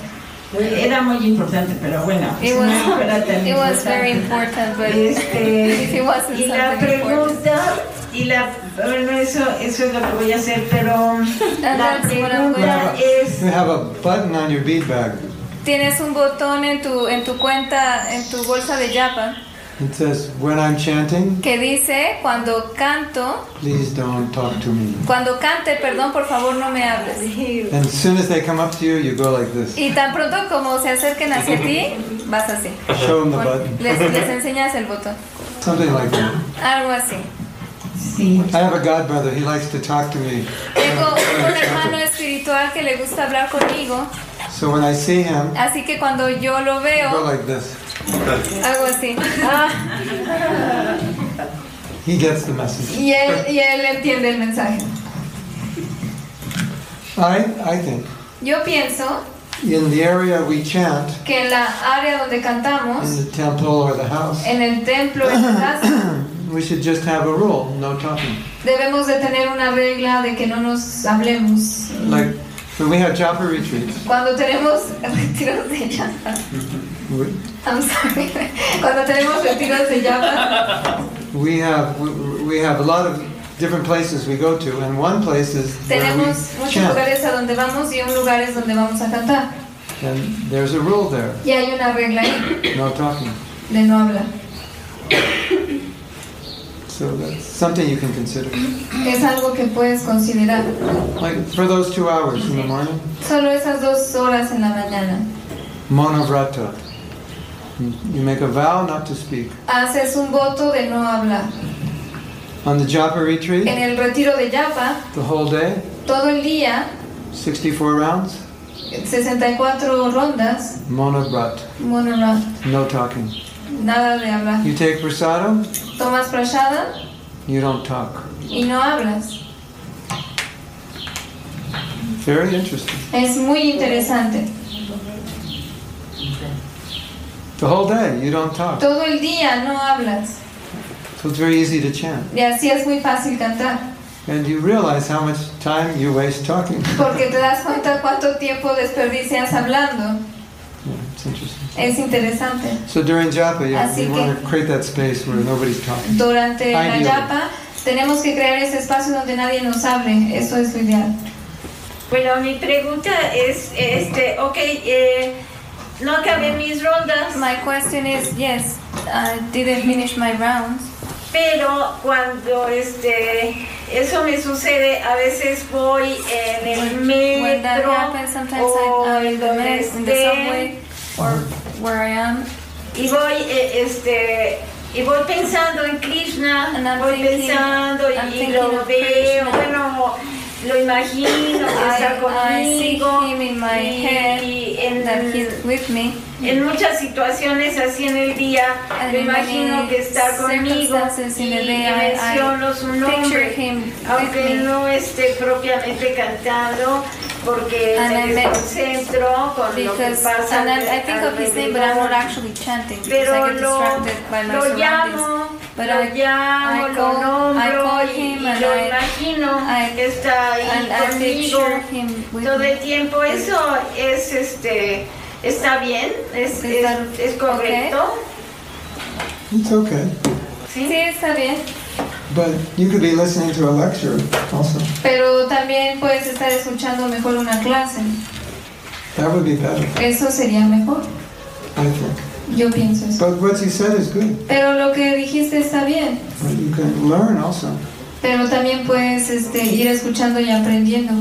era muy importante, pero bueno,
It
si no
was- *laughs*
fuera tan
It was very
importante.
important, but
*laughs*
if *laughs*
Este,
it wasn't
y la
something important.
pregunta, y la, bueno, eso, eso es lo que voy a hacer, pero
And
la
that's what I'm going
pregunta es,
You have a button on your bead bag.
Tienes un botón en tu, en tu cuenta, en tu bolsa de yapa,
It says, when I'm chanting,
que dice, cuando canto,
please don't talk to me.
cuando cante, perdón, por favor no me hables.
And as soon as they come up to you, you go like this.
Y tan pronto como se acerquen hacia ti, vas así.
Show them the button.
Les, les enseñas el botón.
Something like that.
Algo así.
sí,
I have a godbrother. He likes to talk to me.
Tengo un hermano espiritual que le gusta hablar conmigo,
So when I see him,
así que cuando yo lo
I go
veo,
like this.
hago así.
Ah,
He gets the message.
Y él, y él entiende el mensaje.
I, I think
Yo pienso
in the area we chant,
que en la área donde
in
cantamos,
the temple or the house,
en el templo, en la casa,
we should just have a rule, no talking.
debemos de tener una regla de que no nos hablemos.
Like when we have japa retreats,
Cuando tenemos retiros de yapa,
we-
I'm sorry. cuando tenemos retiros de yapa,
we have we, we have a lot of different places we go to, and one place is where we
tenemos muchos
chant,
lugares a donde vamos y un lugar es donde vamos a cantar.
and there's a rule there,
Y hay una regla ahí
no talking.
de no hablar.
So that's something you can consider.
Es algo que puedes considerar.
Like for those two hours in the morning,
Solo esas dos horas en la mañana.
monovrata. You make a vow not to speak.
Haces un voto de no hablar.
On the japa retreat,
En el retiro de Yapa,
the whole day,
todo el día,
64 rounds,
64 rondas,
monobrat,
bueno, no,
no talking.
nada de hablar.
You take prasadam,
Tomas prashada
you don't talk.
y no hablas.
Very interesting.
Es muy interesante.
The whole day, you don't talk.
Todo el día no hablas.
So it's very easy to chant.
Y así es muy fácil cantar.
And you realize how much time you waste talking.
Porque te das cuenta cuánto tiempo desperdicias hablando.
Yeah, it's interesting.
Es interesante.
So during japa, yeah,
Así
you
que-
want to create that space where nobody's talking.
Durante la
Ay, Dios.
Yapa tenemos que crear ese espacio donde nadie nos hable. Eso es lo ideal.
Bueno, mi pregunta es, este, ok, eh, no acabé mis rondas,
My question is, yes, I didn't finish my rounds,
pero cuando este, eso me sucede, a veces voy eh, en el
when that
metro
happens, sometimes
o
I'm out in
en
the
donde
mess, in the
esté
subway, or where I am,
y voy, eh, este, y voy pensando en Krishna,
And I'm
voy
thinking-
pensando
I'm
y, y
thinking
lo
of
veo,
Krishna.
bueno, lo imagino que está
I, I see
conmigo
him in my
y- y
head,
en
that he's with me.
En muchas situaciones así en el día,
And
me
in
imagino
many
que está conmigo
circumstances
y
in the day, I- I
menciono su
Picture
nombre,
him with
aunque
me.
no esté propiamente cantando, porque
And I
me
met-
desconcentro con lo que
Because
pasa
and Ah, I, I think of his name, but I'm not
alrededor.
actually chanting because I
Pero
get
lo,
distracted by my
lo
surroundings.
llamo,
But
lo
I-
llamo,
I
lo
call- I
nombro
call
y,
him
y
and
lo
I-
imagino
I-
que está ahí
And I picture
conmigo
him with
todo
me.
el tiempo. Eso es, este, está bien, es,
Is that
es, es correcto.
It's okay.
Sí, está bien.
But you could be listening to a lecture also.
Pero también puedes estar escuchando mejor una clase.
That would be better,
Eso sería mejor.
I think.
Yo pienso eso.
But what you said is good.
Pero lo que dijiste está bien.
But you can learn also.
Pero también puedes este, ir escuchando y aprendiendo.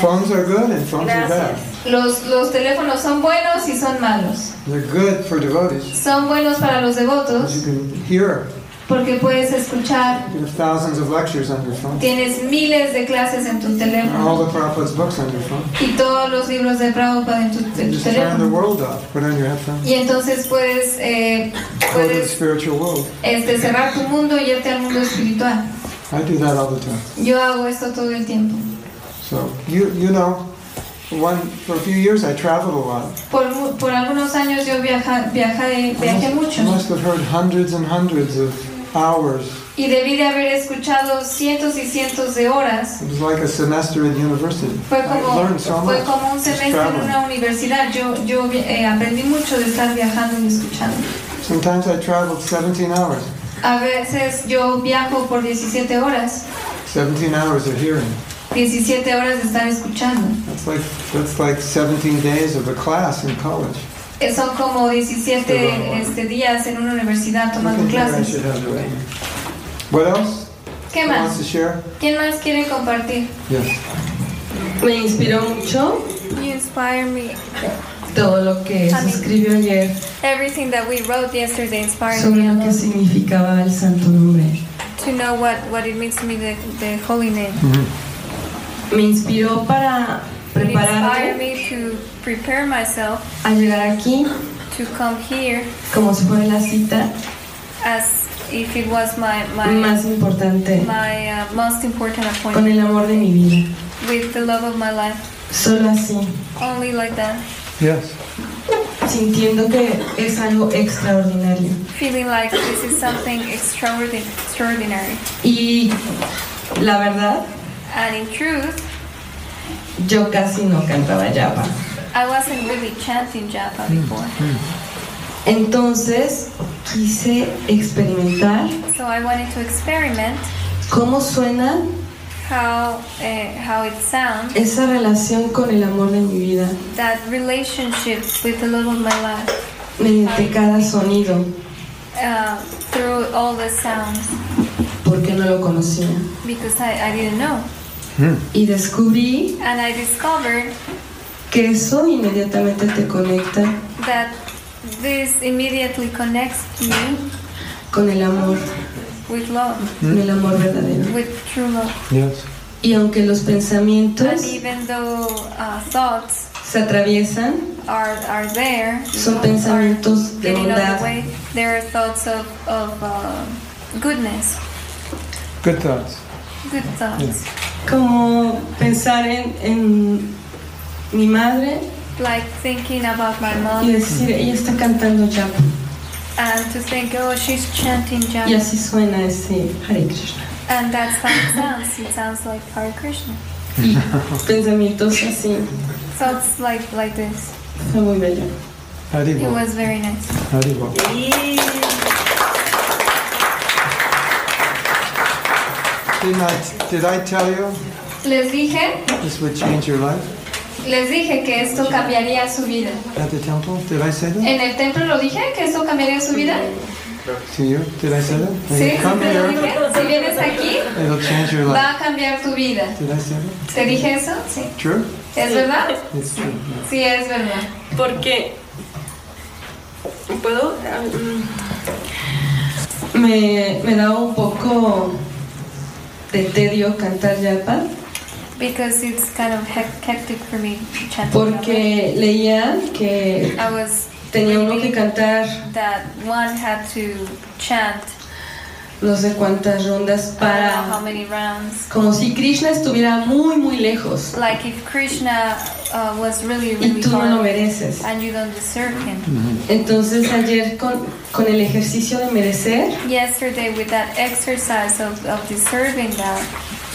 Phones are good and phones are
Gracias.
bad.
Los, los teléfonos son buenos y son malos.
They're good for devotees.
Son buenos para los
You
devotos
can hear
porque puedes escuchar.
You have thousands of lectures on your phone.
Tienes miles de clases en tu
And all
teléfono
the Prabhupada's books on your phone.
y todos los libros de Prabhupada en tu,
You
en tu
just turn the
teléfono.
world off, put on your headphones,
Y entonces puedes, eh,
go to the
puedes
spiritual world.
este, cerrar tu mundo y irte al mundo espiritual.
I do that all the time.
Yo hago esto todo el tiempo.
So you you know, one for a few years I traveled a lot.
Por, mu- por algunos años yo viaja, viajé, viajé
You
mucho
must have heard hundreds and hundreds of hours.
y debí de haber escuchado cientos y cientos de horas.
It was like a semester at university.
Fue
I
como,
learned so
fue
much.
como un
just
semestre en
traveling.
una universidad. Yo, yo eh, aprendí mucho de estar viajando y escuchando.
Sometimes I traveled 17 hours.
A veces yo viajo por 17 horas,
17 hours of hearing.
17 horas de estar escuchando.
That's like that's like 17 days of a class in college.
Eh, Son como 17 este, días en una universidad
I
tomando
think I
clases.
should have the right. What else?
¿Qué
Who wants
más?
to share?
¿Quién más quiere compartir?
Yes.
Me inspiró mucho
You inspire me.
todo lo que se escribió ayer
Everything that we wrote yesterday inspired
sobre
me a
lo que
lot
significaba el santo nombre.
to know what, what it means to me, the, the holy name.
Me inspiró para
It inspired
prepararme
me to prepare myself
a llegar aquí,
to come here
como si fuera la cita
as if it was my, my,
más importante,
my uh, most important
con
appointment
el amor de mi vida.
with the love of my life.
Solo así,
Only like that.
Yes.
sintiendo que es algo extraordinario.
Feeling like this is something extraordinary. extraordinary.
Y la verdad,
And in truth,
yo casi no cantaba yapa.
I wasn't really chanting japa before.
Entonces quise experimentar
So I wanted to experiment
cómo suena
how uh, how it sounds
esa relación con el amor de mi vida
that relationship with the love of my life
mediante cada sonido,
uh, through all the sounds
porque no lo conocía.
because I, I didn't know
Y descubrí
and I discovered
que eso inmediatamente te conecta
that this immediately connects me
con el amor,
with love
con el amor verdadero.
with true love
Yes.
Y aunque los
and
pensamientos
even though uh, thoughts
se atraviesan,
are are there
son
are
pensamientos de
getting on the
bondad,
way there are thoughts of, of uh, goodness
Good thoughts.
good thoughts
como pensar en, en mi madre
like thinking about my mom
y decir, ella está cantando ya.
and to think, oh, she's chanting japa,
Y así suena ese Hare Krishna.
and that's how it sounds. It sounds like Hare Krishna.
Pensamientos así,
So it's like like this.
fue muy bello.
Hare
It
Bol.
was very nice.
Hare Bol. Didn't I, did I tell you
Les dije,
this would change your life
les dije que esto cambiaría su vida.
at the temple? Did I say that
En el templo lo dije que esto cambiaría su vida.
to you? Did I say that? When
Sí,
you
sí
come
te lo
here,
dije. Si vienes aquí,
it'll change your life.
va a cambiar tu vida.
Did I say that?
¿Te dije eso? Sí.
True?
¿Es verdad?
It's true. yeah.
Sí, es verdad.
Porque puedo mm, me, me da un poco de tedio cantar yapa
Because it's kind of hec- hectic for me chanting. japa.
porque leía que
I was
tenía uno que cantar
that one had to chant.
no sé cuántas rondas
I don't know how
para
many rounds.
como si Krishna estuviera muy muy lejos
Like if Krishna uh, was really
y
really
tú no
far
lo mereces.
and you don't deserve him.
Entonces ayer con, con el ejercicio de merecer,
Yesterday, with that exercise of, of deserving that,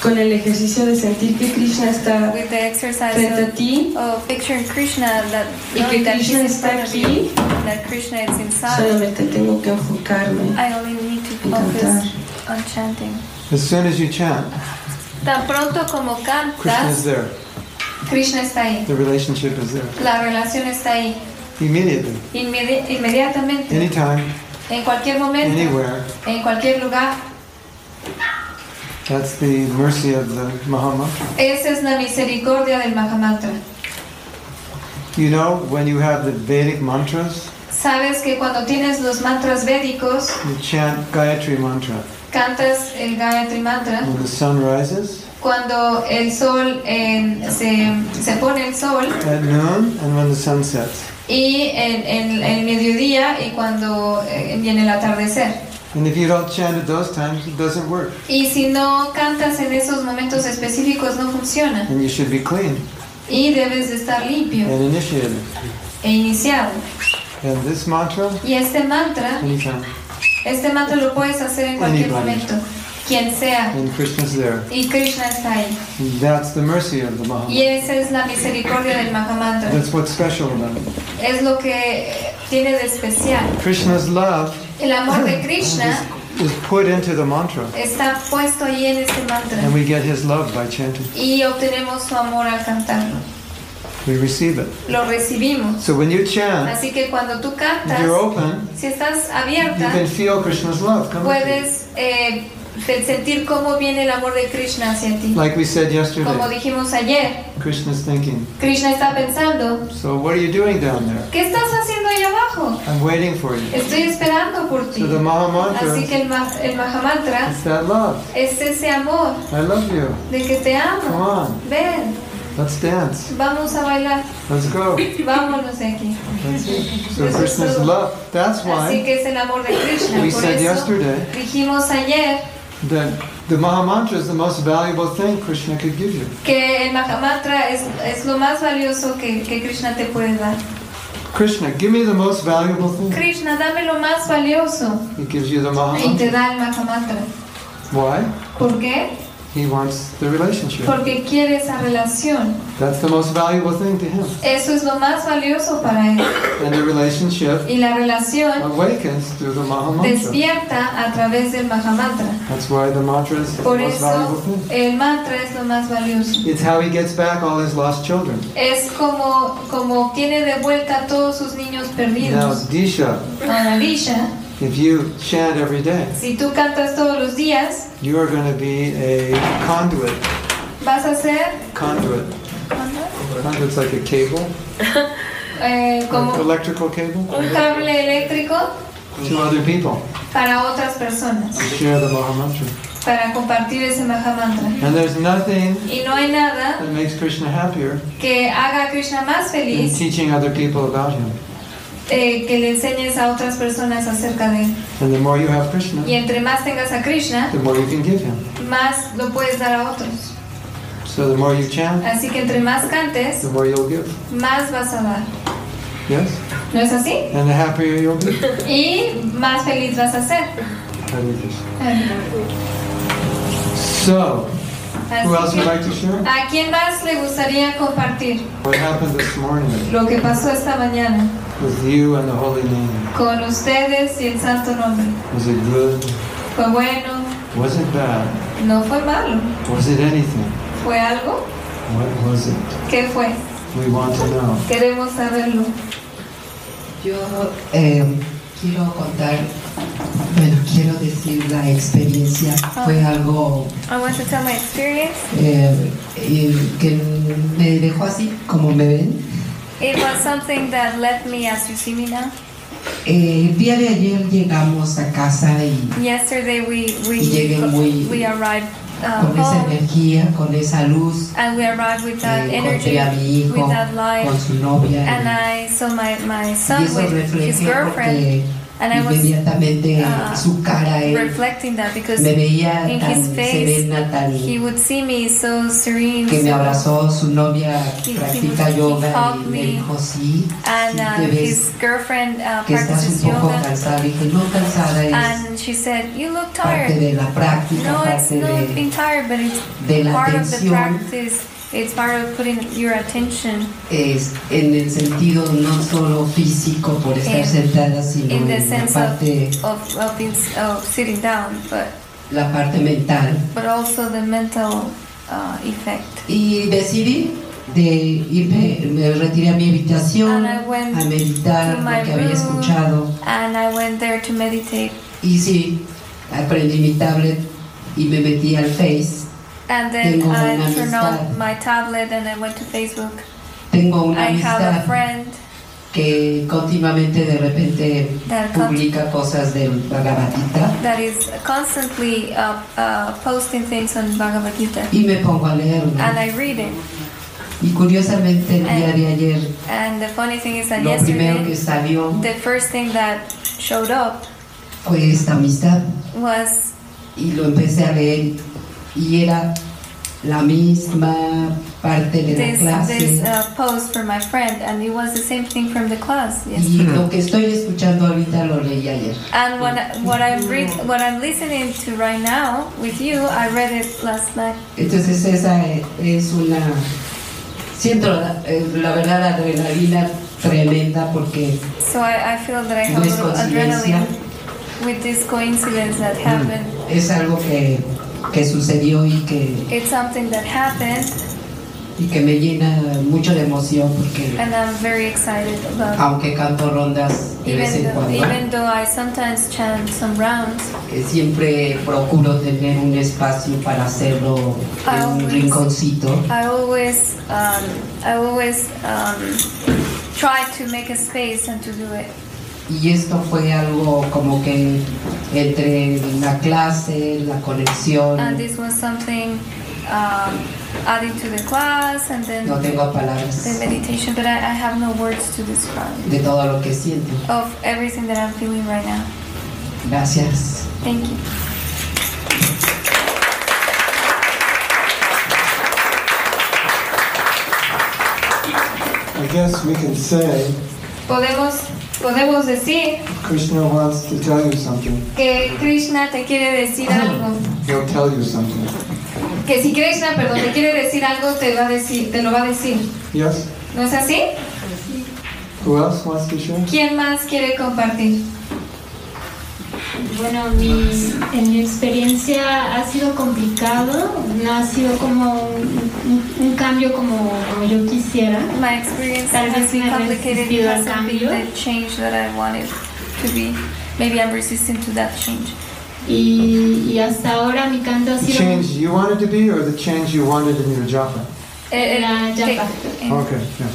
con el ejercicio de sentir que Krishna está
with the exercise
frente a
of,
ti
Oh,
of picturing Krishna, that
y que
knowing that
Krishna
he's in
está
front of you,
aquí,
that Krishna is inside,
solamente tengo que enfocarme.
I only need to
Y cantar.
focus on chanting.
As soon as you chant,
Tan pronto como
Krishna is
cantas,
there.
Krishna está ahí.
The relationship is there.
La relación está ahí.
Immediately.
Inmedi- inmediatamente.
Anytime,
En cualquier momento.
anywhere.
En cualquier lugar.
That's the mercy of the Mahamantra.
Esa es la misericordia del Mahamantra.
You know, when you have the Vedic mantras,
Sabes que cuando tienes los mantras védicos,
You chant Gayatri mantra.
cantas el Gayatri Mantra.
When the sun rises,
Cuando el sol eh, se, se pone el sol
at noon, and when the sun sets.
y en, en- en mediodía y cuando eh, viene el atardecer.
And if you don't chant at those times, it doesn't work.
Y si no cantas en esos momentos específicos no funciona
And you should be clean
y debes de estar limpio
and initiated.
e iniciado.
And this mantra,
Y este mantra,
anytime.
este mantra lo puedes hacer en cualquier
Anybody.
momento, quien sea.
And Krishna's there.
Y Krishna está ahí.
And that's the mercy of the
Y
Mahamantra.
esa es la misericordia del Mahamantra.
That's what's special about it.
Es lo que eh, tiene de especial.
Krishna's love
El amor de Krishna
is put into the mantra.
está puesto ahí en este mantra.
And we get his love by chanting.
Y obtenemos su amor al cantarlo.
We receive it.
Lo recibimos.
So when you chant,
Así que cuando tú
if
cantas,
you're open,
si estás
you
abierta,
can feel Krishna's love coming. to you.
puedes eh, fe- sentir cómo viene el amor de Krishna hacia ti.
Like we said
Como
yesterday,
dijimos ayer,
Krishna's thinking,
Krishna está pensando,
So what are you doing down there?
¿qué estás haciendo ahí abajo?
I'm waiting for you.
Estoy esperando por ti.
So the Maha
Así
Mantra
que el, ma- el Mahamantra
is that love.
es ese amor
I love you.
de que te
Come
amo.
on,
Ven,
let's dance.
vamos a bailar,
Let's go.
vámonos de aquí.
That's it. So Krishna's love. That's
Así
why
que es el amor de Krishna.
we
Por
said
eso
yesterday
dijimos ayer
that the Maha Mantra is the most valuable thing Krishna could give you.
que el Mahamantra es, es lo más valioso que, que Krishna te puede dar.
Krishna, give me the most valuable thing.
Krishna, dame lo más valioso.
He gives you the Maha
Y
Mantra.
te da el Mahamantra.
Why?
¿Por qué?
He wants the relationship.
Porque quiere esa relación.
That's the most valuable thing to him.
Eso es lo más valioso para él.
And the relationship
Y la
Ah,
relación
awakens through the Maha Mantra.
despierta a través del Mahamantra.
That's why the mantra is the
Por
most valuable
eso
thing.
el mantra es lo más valioso.
It's how he gets back all his lost children.
Es como, como tiene de vuelta a todos sus niños
Now,
perdidos.
Disha,
Analisha,
if you chant every day,
si tú cantas todos los días,
you are going to be a conduit.
vas a ser
Conduit. Conduit's like a cable,
eh,
like
como
electrical cable,
un cable eléctrico
to other people.
para otras personas,
You share the Maha Mantra.
para compartir ese Mahamantra.
And there's nothing
Y no hay nada
that makes Krishna happier
que haga a Krishna más
than
feliz
teaching other people about him.
eh, que le enseñes a otras personas acerca de él.
And the more you have Krishna,
Y entre más tengas a Krishna,
the more you can give him.
más lo puedes dar a otros.
So the more you chant,
Así que entre más cantes,
the more you'll give.
más vas a dar.
Yes?
¿No es así?
And the happier you'll be.
Y más feliz vas a ser.
Hare Krishna.
Así
So, who else would
que,
like to share?
¿A quién más le gustaría compartir
What happened this morning
lo que pasó esta mañana
with you and the holy name?
con ustedes y el santo nombre?
Was it good?
¿Fue bueno?
Was it bad?
¿No fue malo?
Was it anything?
¿Fue algo?
What was it?
¿Qué fue?
We want to know.
Queremos saberlo.
Yo eh, quiero contar, bueno, quiero decir la experiencia.
Ah.
Fue algo
I want to tell my experience.
eh, eh, que me dejó así, como me ven.
It was something that left me as you see me now.
Eh, el día de ayer llegamos a casa y
Yesterday we
Y llegué muy-
we we arrived uh,
con esa
home
energía, con esa luz,
and we arrived with that
eh,
energy,
encontré a mi
with
hijo,
that light.
con su novia.
And I saw my my
y
son
eso
with his
reflejé
girlfriend,
porque
and I was
inmediatamente
uh,
su cara, él
reflecting that because
me veía
in
tan
his face,
serena, tan
he would see me so serene.
que me
so-
abrazó, su novia
He- he
practica
was- he
yoga y
hugged
me
me.
dijo sí,
And
sí
uh,
te ves
his girlfriend uh,
que estás un
practices
poco
yoga,
cansada, y dije no cansada es
and she said, "You look
parte
tired."
de la práctica,
No, it's
parte
not
de,
being tired, but it's
de la
part of the
atención,
practice. It's part of putting your attention
es en el sentido no solo físico por estar
In-
sentada, sino
in the
en la
sense
parte,
of of, of, being, of sitting down, but
la parte mental.
but also the mental uh, effect.
Y decidí de irme, me retiré a mi habitación
And I went
a meditar
to my
lo que había
room.
escuchado.
And I went there to meditate,
Y sí, aprendí mi tablet y me metí al Face.
and then
Tengo una
I turned
amistad.
on my tablet and I went to Facebook.
Tengo una
I have a
amistad
friend
que continuamente de repente
Del cont-
publica cosas del Bhagavad Gita
that is constantly uh, uh, posting things on Bhagavad Gita.
y me pongo a leerlo.
And I read it.
Y curiosamente el día de ayer,
And the funny thing is that
lo primero que
yesterday,
salió
the first thing that showed up
fue esta amistad
was
y lo empecé a leer y era la misma parte de la
this, this
ah,
clase.
uh, post from my friend, and it was the same thing from the class. Yes.
Y lo que estoy escuchando ahorita lo leí ayer.
And what I- what I'm read, what I'm listening to right now with you, I read it last night.
Entonces esa e- es una... Siento la, eh, la verdad adrenalina tremenda porque
So I, I feel that I have a
no es
little
coincidencia,
adrenaline with this coincidence that happened.
es algo que, que sucedió y que,
It's something that happened,
y que me llena mucho de emoción porque
and I'm very excited about. it.
aunque canto rondas Ah, de vez
Even
en
though,
cuando,
even though I sometimes chant some rounds,
eh, siempre procuro tener un espacio para hacerlo en
Ah,
un
pues.
rinconcito
I always, um, I always um, try to make a space and to do it.
y esto fue algo como que entre la clase, la conexión,
Ah,
And this was something um, adding to the class and then
no tengo
the
palabras
meditation, but I, I have no words to describe
de todo lo que siento.
of everything that I'm feeling right now.
Gracias.
Thank you.
I guess we can say
Podemos, podemos decir
Krishna wants to tell you something.
que Krishna te quiere decir algo.
He'll tell you something.
Que si Krishna, perdón, te quiere decir algo, te, va a decir, te lo va a decir.
Yes?
¿No es así?
Who else wants to share?
¿Quién más quiere compartir?
Bueno, mi, en mi experiencia ha sido complicado, no ha sido como un, un- un cambio como, como yo quisiera.
My experience
Tal
has
vez
been
me
complicated.
resistí
It
al
hasn't been
cambio.
the change that I wanted to be. Maybe I'm resistant to that change.
Y, y hasta ahora mi canto ha
The
sido...
change you wanted to be or the change you wanted in your japa?
Eh, eh,
La yapa.
te- eh,
Okay, yeah.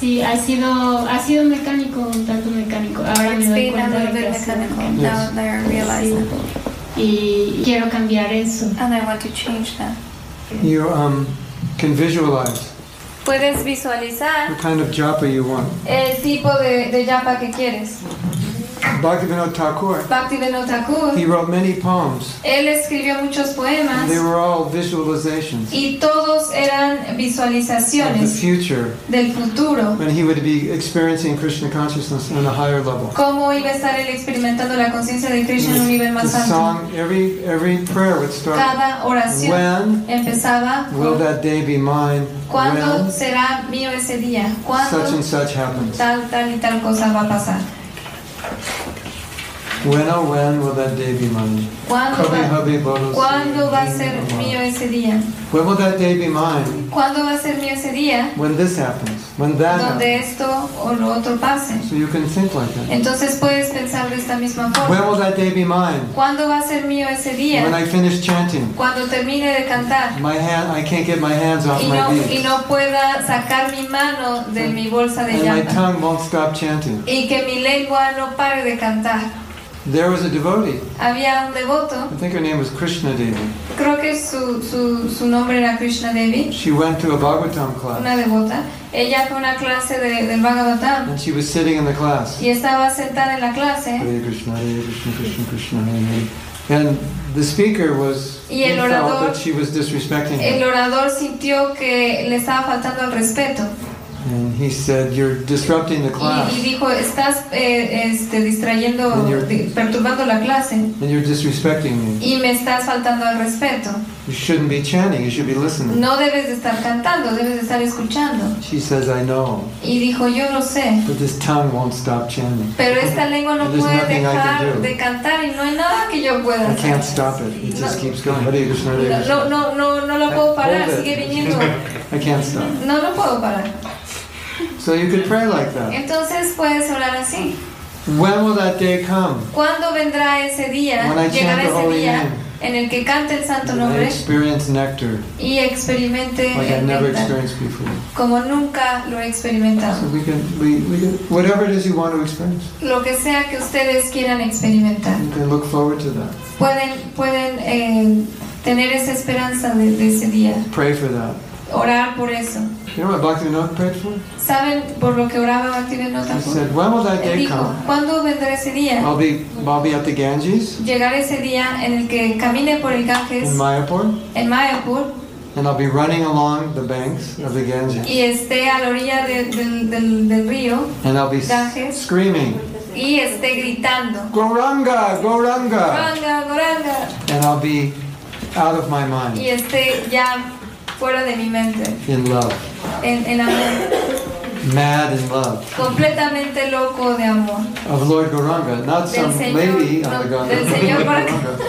Sí, ha sido, ha sido mecánico, un tanto mecánico. Ahora me
It's
doy
been a
cuenta de
little
que
bit
ha sido
mechanical.
mecánico.
Now that I realize that.
Y quiero cambiar eso.
And I want to change that.
You um, can visualize
Puedes visualizar
what kind of japa you want.
el tipo de, de yapa que quieres.
Bhaktivinoda Thakur,
Bhaktivinoda Thakur,
he wrote many poems.
él escribió muchos poemas
They were all visualizations
y todos eran
of the
visualizaciones
future
del futuro.
when he would be experiencing Krishna consciousness on a higher level.
Cómo iba a estar él experimentando la conciencia de Krishna en un nivel
The
más alto.
song, every, every prayer would start,
Cada oración
when
empezaba
will
con
that day be mine?
¿Cuándo
When
será mío ese día?
such
¿Cuándo
and such happens?
tal, tal y tal cosa va a pasar?
When oh when will that day be mine?
¿Cuándo
Kavi
va,
Havi Bodhos-
¿Cuándo va a ser mío ese día?
When will that day be mine?
¿Cuándo va a ser mío ese día
When this happens, when that
donde
happens.
esto o lo otro pase?
So you can think like that.
Entonces puedes pensar de esta misma
When
forma.
will that day be mine?
¿Cuándo va a ser mío ese
When
día?
I finish chanting,
Cuando termine de cantar
my hand, I can't get my hands off
y
my
no, y
beads.
no pueda sacar mi mano de mi bolsa de
And my
llanta.
tongue won't stop chanting.
Y que mi lengua no pare de cantar.
There was a devotee,
Había un devoto,
I think her name was Krishna Devi.
creo que su, su, su nombre era Krishna Devi.
She went to a Bhagavatam class
una devota, ella fue a una clase de, del Bhagavatam
and she was sitting in the class.
y estaba sentada en la clase
Hare Krishna, Hare Krishna, Krishna Krishna, Hare Hare. And the speaker was,
Y
he
el
felt
orador-
that she was disrespecting
el
him.
orador sintió que le estaba faltando al respeto
And he said, You're disrupting the
y, y
class
dijo, estás eh, este, distrayendo, di- perturbando la clase
and you're disrespecting me.
y me estás faltando al respeto.
You shouldn't be chanting, you should be listening.
No debes de estar cantando, debes de estar escuchando.
She says, I know,
Y dijo, yo lo sé,
but this tongue won't stop chanting.
pero esta lengua no
There's
puede
nothing I can do.
dejar de cantar y no hay nada que yo pueda
I
hacer.
can't stop it, it just keeps going. Hare Krishna, Hare Krishna.
No, no, no, no la puedo parar, sigue viniendo.
I can't stop.
No lo puedo parar.
So you could pray like that.
Entonces puedes orar así.
When will that day come?
¿Cuándo vendrá ese día?
When I chant
Llegará
the
ese
holy
día
name.
en el que cante el santo
I
nombre
experience nectar
y experimente
like I
el
never
néctar
experienced before.
como nunca lo he
So
experimentado.
we can, we, we can, whatever it is you want to experience,
Lo que sea que ustedes quieran experimentar,
you can look forward to that.
pueden, pueden eh, tener esa esperanza de, de ese día,
Pray for that.
orar por eso.
You know what Bhaktivinoda prayed for?
¿Saben por lo que oraba Bhaktivinoda?
He said, when will that
Él
day
dijo,
come?
¿cuándo vendrá ese día?
I'll be, I'll be at the Ganges
Llegará ese día en el que camine por el
in
Ganges
Mayapur,
en Mayapur
and I'll be running along the banks of the Ganges,
y esté a la orilla de- del, del- del río
and I'll be s-
Ganges.
screaming,
y esté gritando,
Goranga, Goranga,
Goranga, Goranga,
and I'll be out of my
y
mind
esté ya fuera de mi mente,
in love,
en, en amor,
mad in love
completamente loco de amor. *laughs*
of Lord Goranga, not some
Señor,
lady on the
no,
Ganga.
del Señor Goranga.
Goranga.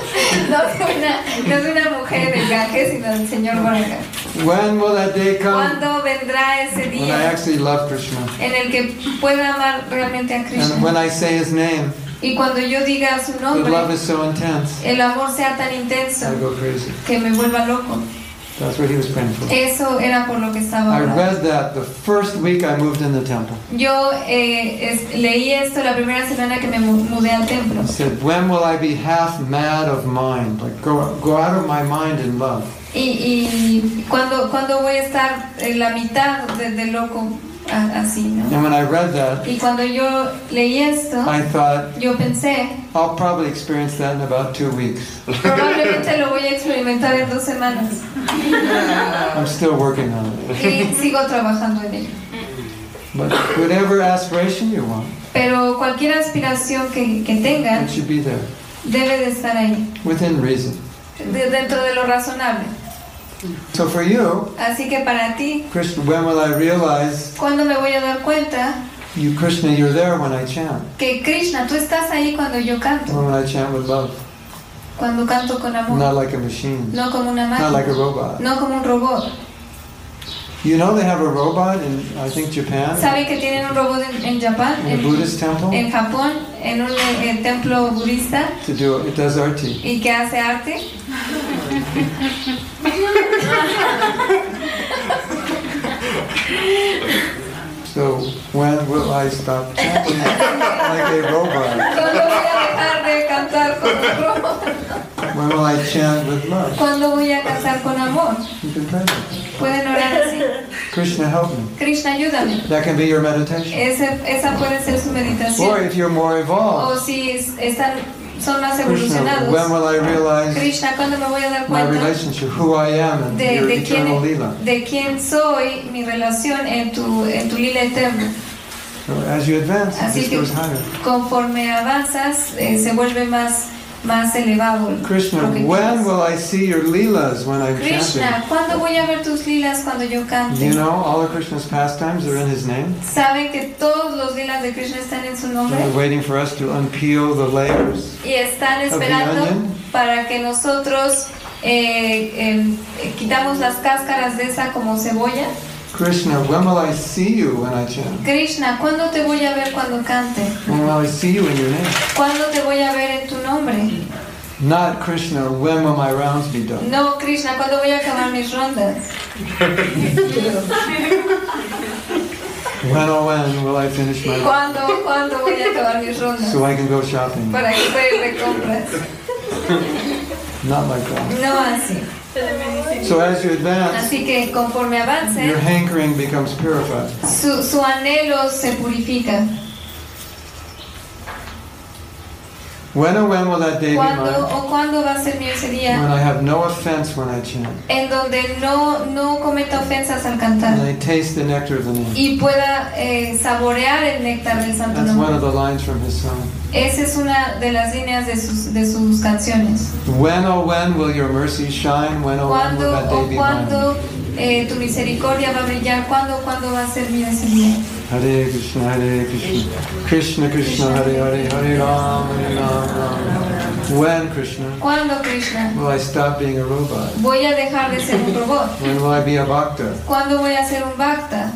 No de una, no de una mujer del Ganges, sino del señor Goranga.
When will that day come?
¿Cuándo vendrá ese
When I
día
actually love Krishna.
en el que pueda amar realmente a
And when
Krishna?
I say his name,
Y cuando yo diga su
the
nombre,
love is so intense,
el amor sea tan
I
intenso
go crazy.
que me vuelva loco.
That's what he was praying for.
Eso era por lo que estaba
I
hablando.
read that the first week I moved in the temple.
Yo eh, es- leí esto la primera semana que me mu- mudé al templo.
He said, When will I be half mad of mind? Like, go, go out of my mind in love.
Y, y cuando, cuando voy a estar en la mitad de, de loco a- así, ¿no?
And when I read that,
Y cuando yo leí esto,
I thought,
yo pensé,
I'll probably experience that in about two weeks.
probablemente lo voy a experimentar en dos semanas.
I'm still working on it.
Y sigo trabajando en ello.
But whatever aspiration you want,
Pero cualquier aspiración que, que tengan
it should be there,
debe de estar ahí,
within reason.
de- dentro de lo razonable.
So for you,
Así que para ti,
Krishna, when will I realize
¿cuándo me voy a dar cuenta
you, Krishna, you're there when I chant?
que Krishna, tú estás ahí cuando yo canto,
When I chant with love.
cuando canto con amor,
Not like a machine.
no como una
Not like a
máquina,
robot.
no como un robot?
You know they have a robot in, I think, Japan,
¿Saben que tienen un robot en, en Japón?
in a
En,
Buddhist temple,
en Japón, en un eh, templo budista
to do it. It does RT.
y que hace arte.
So when will I stop chanting *laughs* like a robot?
¿Cuándo voy a dejar de cantar con un robot?
When will I chant with love?
¿Cuándo voy a cantar con amor?
You can pray. that.
Pueden orar así.
Krishna, help me.
Krishna, ayúdame.
That can be your meditation.
Ese- esa puede ser su
Or
meditación.
if you're more
O
evolved,
si es- están, son más
Krishna, when
evolucionados.
will I realize
Krishna, ¿cuándo me voy a dar
my
cuenta?
relationship, who I am, and
de,
your
de quién,
eternal lila?
de quién soy, mi relación en tu, en tu lila eterna.
So as you advance, it
Así
just
que
goes higher.
conforme avanzas, eh, se vuelve más, más elevado. lo
Krishna,
que
when
quieres.
will I see your leelas when I'm chanting?
Krishna, ¿cuándo voy a ver tus lilas cuando yo cante?
You know, all of Krishna's pastimes are in his name.
¿Sabe que todos los lilas de Krishna están en su nombre?
They're waiting for us to unpeel the layers.
Y están
the
esperando
onion.
para que nosotros eh, eh, quitamos las cáscaras de esa como cebolla.
Krishna, when will I see you when I chant?
Krishna, ¿cuándo te voy a ver cuando cante?
When will I see you in your name?
¿Cuándo te voy a ver en tu nombre?
Not Krishna, when will my rounds be done?
No, Krishna, ¿cuándo voy a acabar mis rondas?
When oh when will I finish my rounds?
¿Cuándo, cuándo voy a acabar mis rondas?
So I can go shopping.
Para que pueda ir de compras.
Not like that.
No así.
So as you advance,
Así que conforme
your
avance,
hankering becomes purified.
su, su anhelo se purifica.
When oh when will that day be
¿Cuándo
mine?
o cuándo va a ser mi ese
When
día?
I have no offense when I chant.
En donde no, no cometa ofensas al cantar
And I taste the nectar of the name.
y pueda eh, saborear el néctar del Santo
That's one of
Nombre.
the lines from his song.
Esa es una de las líneas de sus, de sus canciones.
When, oh, when will your mercy shine? When, oh, when will
¿Cuándo
that day
o
be mine?
cuándo eh, tu misericordia va a brillar? ¿Cuándo o cuándo va a ser mi ese día?
Hare Krishna, Hare Krishna, Krishna Krishna, Hare Hare, Hare Ram, Hare Ram, Ram. Ram. When, Krishna,
¿Cuándo, Krishna?
will I stop being a robot?
Voy a dejar de ser un robot.
When will I be a bhakta?
¿Cuándo voy a ser un bhakta?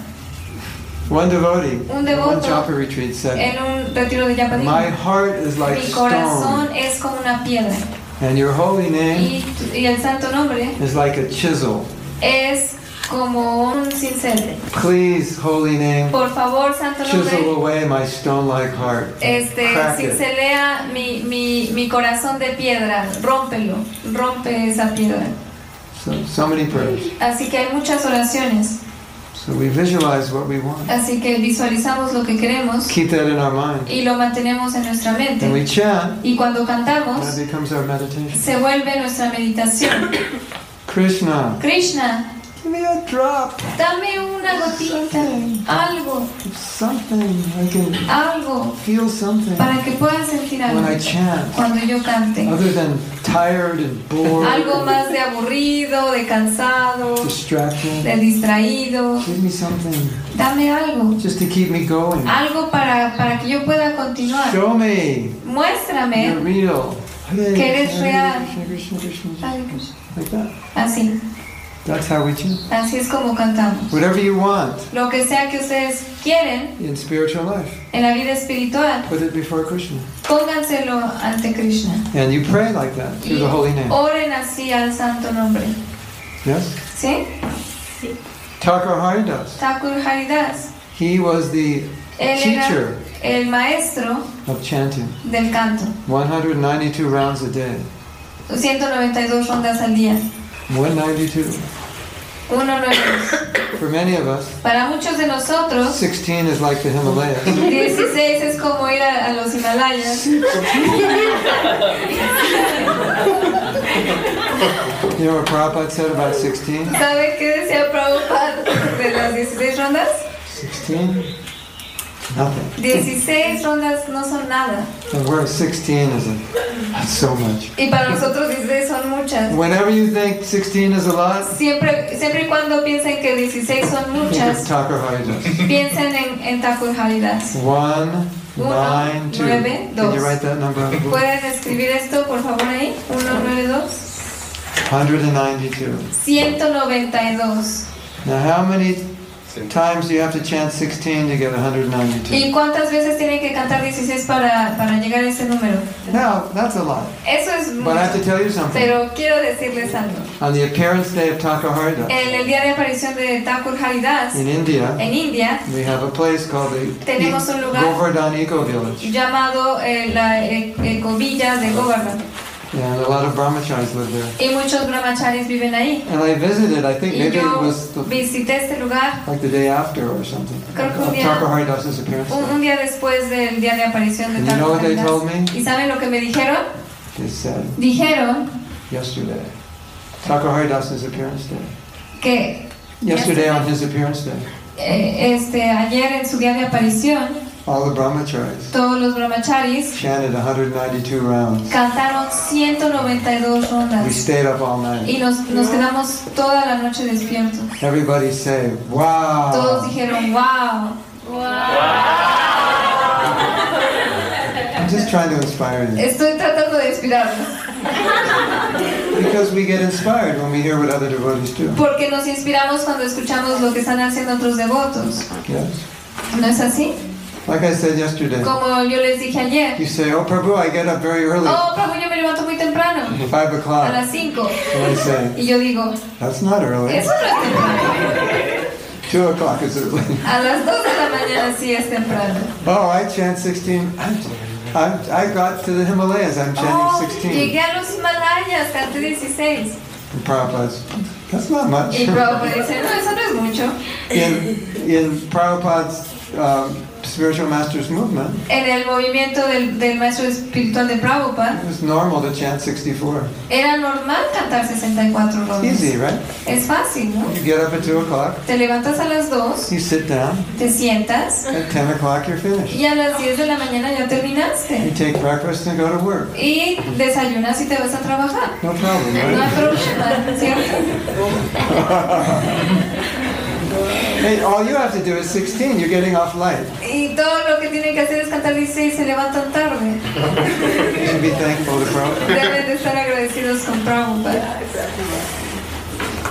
One devotee,
Un
one
devoto.
japa retreat said,
En un retiro de
My
Yapadima.
heart is like
Mi corazón
stone
es como una piedra
And your holy name
Y, y el santo nombre
is like a chisel.
es como un cincel.
Please, holy name,
Por favor, santo
chisel
nombre,
away my stone like heart.
este,
Crack it.
cincelea mi, mi, mi corazón de piedra, rómpelo, rompe esa piedra.
So, so many prayers.
Así que hay muchas oraciones,
So we visualize what we want.
así que visualizamos lo que queremos
Keep that in our mind.
y lo mantenemos en nuestra
And
mente.
we chant,
Y cuando cantamos,
that becomes our meditation.
se vuelve nuestra meditación.
Krishna,
Krishna,
give me a drop
dame una gotita, algo,
of something. I can
algo,
feel something when
para que puedas sentir algo
I chant.
cuando yo cante.
Other than tired and bored, and
Algo más de aburrido, de cansado, de
distracting.
distraído.
Give me something
Dame algo,
just to keep me going.
algo para, para que yo pueda continuar.
Show me you're
Muéstrame
real. Hare,
Eh? que eres
Hare,
real.
Krishna, Krishna, Krishna,
Ay,
Like that.
Así,
That's how we chant.
así es como cantamos.
Whatever you want
Lo que sea que ustedes quieren
in spiritual life,
en la vida espiritual,
put it before Krishna.
pónganselo ante Krishna.
And you pray like that through
Y Oh.
the holy name.
oren así al santo nombre.
Yes?
¿Sí?
Thakur Haridas.
Thakur Haridas,
He was the
él era
teacher
el maestro
of chanting.
del canto.
192 rounds a day.
192 rondas al día.
192.
Uno no es.
For many of us,
Para muchos de nosotros,
16 is like the Himalayas.
16 es como ir a, a los Himalayas.
You know what Prabhupada said about 16?
¿Sabe qué decía Prabhupada de las 16 rondas?
16? Nothing.
16 rondas no son nada.
And we're 16 is like, that's so much.
Y para nosotros 16 son muchas.
Whenever you think 16 is a lot,
Siempre, siempre y cuando piensen que 16 son
think of
muchas,
Thakur Haridas.
piensen en, en Thakur Haridas.
One,
Uno,
nine, two.
nueve,
Can
dos.
you write that number on
*laughs*
the book?
¿Pueden escribir esto, por favor, ahí? 192.
192.
192.
Now, how many times do you have to chant 16 to get 192?
¿Y cuántas veces tienen que cantar 16 para, para llegar a ese número?
Now, that's a lot.
Eso es
But I have to
mucho.
tell you something.
Pero quiero decirles algo.
On the appearance day of Thakur Haridas
En el día de aparición de Thakur Haridas,
in India,
en India,
we have a place called the
Tenemos un lugar.
Govardhan Eco Village.
llamado eh, la eh, ecovilla de Govardhan.
And a lot of brahmacharis live there.
Y muchos brahmacharis viven ahí.
And I visited, I think
Y
maybe it
yo
was the,
visité este lugar
like the day after or something.
Creo que un
Of
día-
Thakur Haridas's appearance
un, un
day.
día después del día de aparición de
And you know
Thakur
what they told
Haridas.
me?
¿Y saben lo que me dijeron?
They said
Dijeron
yesterday. Thakur Haridas's appearance day.
que
Yesterday on his appearance day,
eh, este, ayer en su día de aparición,
all the brahmacharis
todos los brahmacharis
chanted 192 rounds.
cantaron 192
We
rondas.
stayed up all
Y
night.
nos, nos quedamos toda la noche despiertos.
Everybody said, Ah.
Todos
wow.
dijeron, wow.
I'm just trying to inspire you.
Estoy tratando de inspirarlos.
Because we get inspired when we hear what other devotees do.
Porque nos inspiramos cuando escuchamos lo que están haciendo otros devotos.
Yes.
¿No es así?
Like I said yesterday,
Como yo les dije ayer.
you say, oh Prabhu, I get up very early,
Oh, Prabhu, yo me levanto muy temprano.
5
A
o'clock.
las 5.
And I say,
Y yo digo,
that's not early.
eso no es temprano.
2 o'clock is early.
A las 2 de la mañana sí es temprano.
Oh, I chant 16. I'm, I'm, I got to the Himalayas, I'm
Oh,
chanting 16.
llegué a los Himalayas, canté 16.
And Prabhupada's, that's not much.
Y Prabhu dice, no, eso no es mucho.
*laughs* in in Prabhupada's um, spiritual masters movement,
En el movimiento del, del maestro espiritual de Prabhupada,
it was normal to chant 64.
era normal cantar 64
Easy,
rondas.
right?
Es fácil, ¿no?
You get up at two o'clock,
Te levantas a las 2,
you sit down.
te sientas.
At ten o'clock, you're finished.
Y a las 10 de la mañana ya
You
terminaste.
take breakfast and go to work.
Y desayunas y te vas a trabajar.
No problem,
No hay
right?
problema, ¿cierto?
Hey, all you have to do is 16. You're getting off light.
Y todo lo que tienen que hacer es cantar 16 y se levantan tarde.
You should be thankful to Prabhupada.
Deben de estar agradecidos con Prabhupada.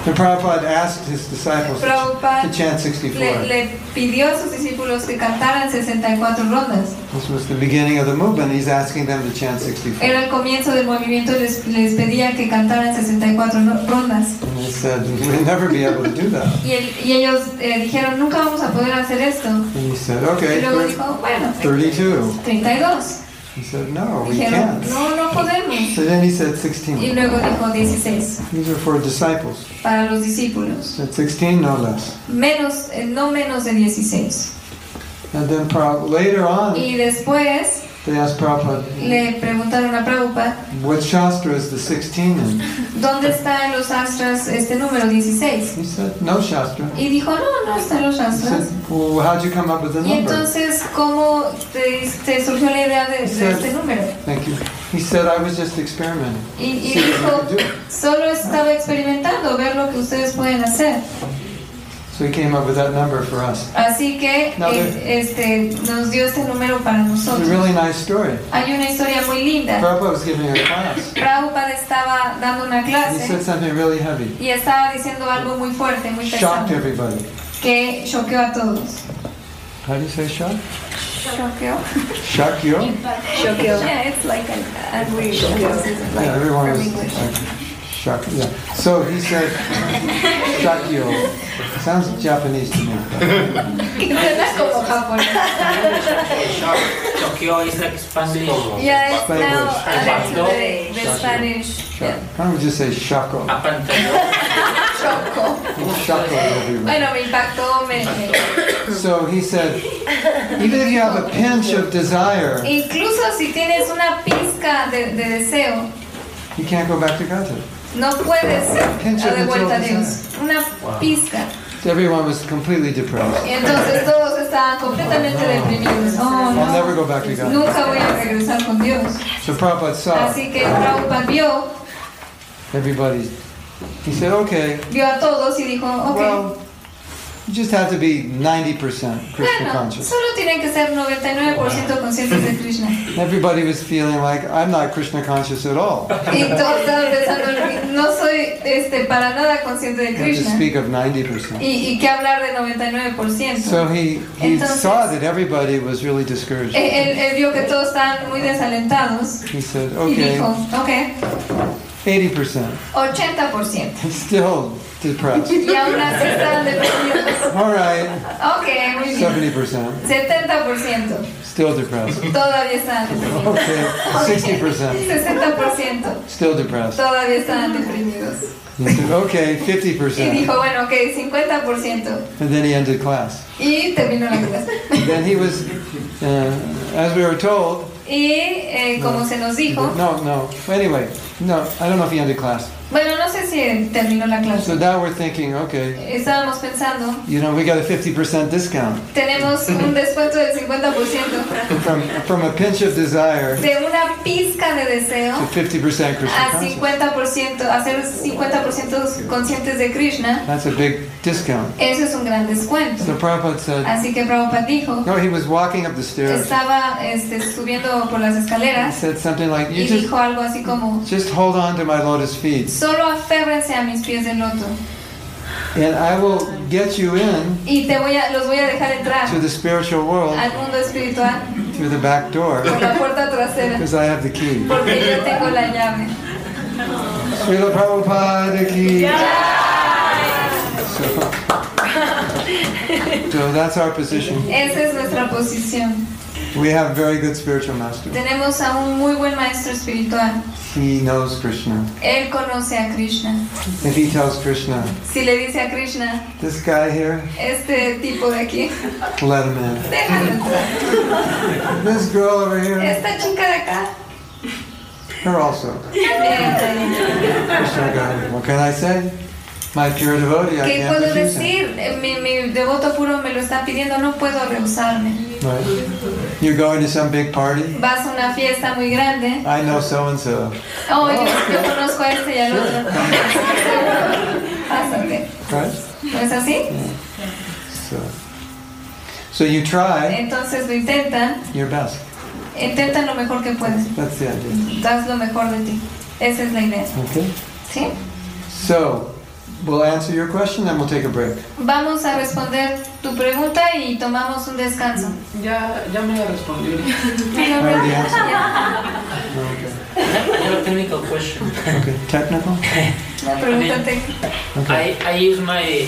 And Prabhupada asked his disciples to ch-
Prabhupada
to chant
le,
64.
le pidió a sus discípulos que cantaran 64 rondas.
This was the beginning of the movement. He's asking them to chant 64.
Era el comienzo del movimiento, les, les pedía que cantaran 64 ro- rondas.
And they said, We'll never be able to do that.
Y, el- y ellos eh, dijeron, nunca vamos a poder hacer esto.
And he said,
Y
Okay,
luego
thir-
dijo, bueno,
32.
32.
He said, No, we
Dijeron,
can't.
no, no podemos.
So then he said
Y
16.
luego dijo 16
These are for disciples.
para los discípulos.
Said 16, no less.
Menos, eh, no menos de 16.
And then Prabhupada, later on,
Y después
they asked Prabhupada,
le preguntaron a Prabhupada,
What Shastra is the 16 in?
¿dónde está en los astras este número 16?
He said, No Shastra.
Y dijo, no, no está en los
He said,
astras.
Well, how'd you come up with the
Y
number?
entonces, ¿cómo te, te surgió la idea de, de
Sí.
este número?
Thank you. He said, I was just experimenting.
Y, y
See what
dijo,
we could
*laughs*
do.
solo estaba experimentando, ver lo que ustedes pueden hacer.
So he came up with that number for us.
Así que
No,
eh,
de-
este, nos dio este número para
It's a
nosotros.
really nice story.
Hay una historia muy linda.
Prabhupada was giving a class.
Prabhupada estaba dando una
He said
clase
something really heavy.
y estaba diciendo algo muy fuerte, muy
Shocked
pesado,
everybody.
que choqueó a todos.
How do you say shock?
Choqueó.
Shock you?
Yeah, it's like an, an weird
Yeah,
like
everyone
from
was
English. *laughs*
like, shock. Yeah. So he said, shock you. Sounds Japanese to me.
Suena como japonés.
Tokyo is like Spanish.
Yeah, it's
Spanish.
now
Spanish.
Alexa, the, the Spanish.
Shock. Why don't we just say shako?
Up until
Choco.
Shako everywhere.
Bueno, me impactó. Me, me-
So he said, even if you have a pinch of desire,
Incluso si tienes una pizca de, de deseo,
you can't go back to Godhead.
no puedes
Pinche
dar de vuelta a
deseo,
Dios. Una pizca.
Everyone was completely depressed.
Y entonces todos estaban completamente deprimidos. Oh,
I'll never
no.
go back to God.
Nunca voy a regresar con Dios.
So Prabhupada saw
Así que Prabhupada vio,
everybody. He said, okay,
vio a todos y dijo, ok,
well, you just have to be 90% Krishna
bueno,
conscious.
solo tienen que ser 99% conscientes de Krishna.
*laughs* Everybody was feeling like, I'm not Krishna conscious at all.
Y todos estaban pensando, no soy este, para nada consciente de
Not to
Krishna.
speak of 90%.
Y, y qué hablar de 99%.
So he, he
Entonces- Eh.
saw that everybody was really discouraged.
él, él- él vio que todos estaban muy desalentados
He said,
y dijo,
okay,
ok,
80%.
80%.
He's *laughs* still depressed.
*laughs* Y aún así estaban deprimidos.
All right,
Ok, muy bien.
70%.
70%.
Still depressed.
Todavía estaban deprimidos.
Okay, 60%.
60%
Still depressed.
todavía estaban deprimidos.
He said, okay,
Y
50%.
dijo, bueno, ok, 50%.
And then he ended class.
Y terminó la clase.
And then he was, uh, as we were told,
Y eh, como se nos dijo,
no, no, anyway, no, I don't know if he ended class.
Bueno, no sé si terminó la
So
clase.
now we're thinking, okay,
Estábamos pensando,
you know, we got a 50% discount
tenemos un descuento del 50%
from, from a pinch of desire to
de una pizca de deseo
50% Krishna
a
consciousness.
50%, a ser 50% conscientes de Krishna.
That's a big discount.
Eso es un gran descuento.
So Prabhupada said,
Así que Prabhupada dijo,
no, he was walking up the stairs.
estaba este, subiendo por las
He
escaleras
said something like, you
y
just,
dijo algo así como,
just hold on to my lotus feet
solo aférrense a mis pies del loto
and I will get you in
y te voy a, los voy a dejar entrar
to the spiritual world
al mundo espiritual
through the back door
por la puerta trasera
because I have the key.
porque yo tengo la llave.
Srila Prabhupada ki. So, so that's our position.
Esa es nuestra posición.
We have very good spiritual master.
Tenemos a un muy buen maestro espiritual.
He knows Krishna.
Él conoce a Krishna.
If he tells Krishna,
Si le dice a Krishna,
this guy here,
este tipo de aquí,
let him in.
déjalo entrar.
This girl over here,
Esta chica de acá,
her also.
eh,
Krishna got What can I say? My pure devotee, I
¿qué
can't
puedo
refuse him.
decir? Eh, Mi, mi devoto puro me lo está pidiendo, no puedo rehusarme.
Right. You're going to some big party?
Vas a una fiesta muy grande.
I know so and so.
Oh, yo, yo conozco a este y al otro. Pásate.
Right?
¿No es así?
So, so you try
Entonces lo intentan.
your best.
Intentan lo mejor que puedes.
That's the idea.
Das lo mejor de ti. Esa es la idea.
Okay?
¿Sí?
So, we'll answer your question, then we'll take a break.
Vamos a responder tu pregunta y tomamos un descanso.
Ya, ya me la respondí.
Already
*laughs*
answered.
I have, I have a technical question.
Okay, technical?
I, mean, I, I use my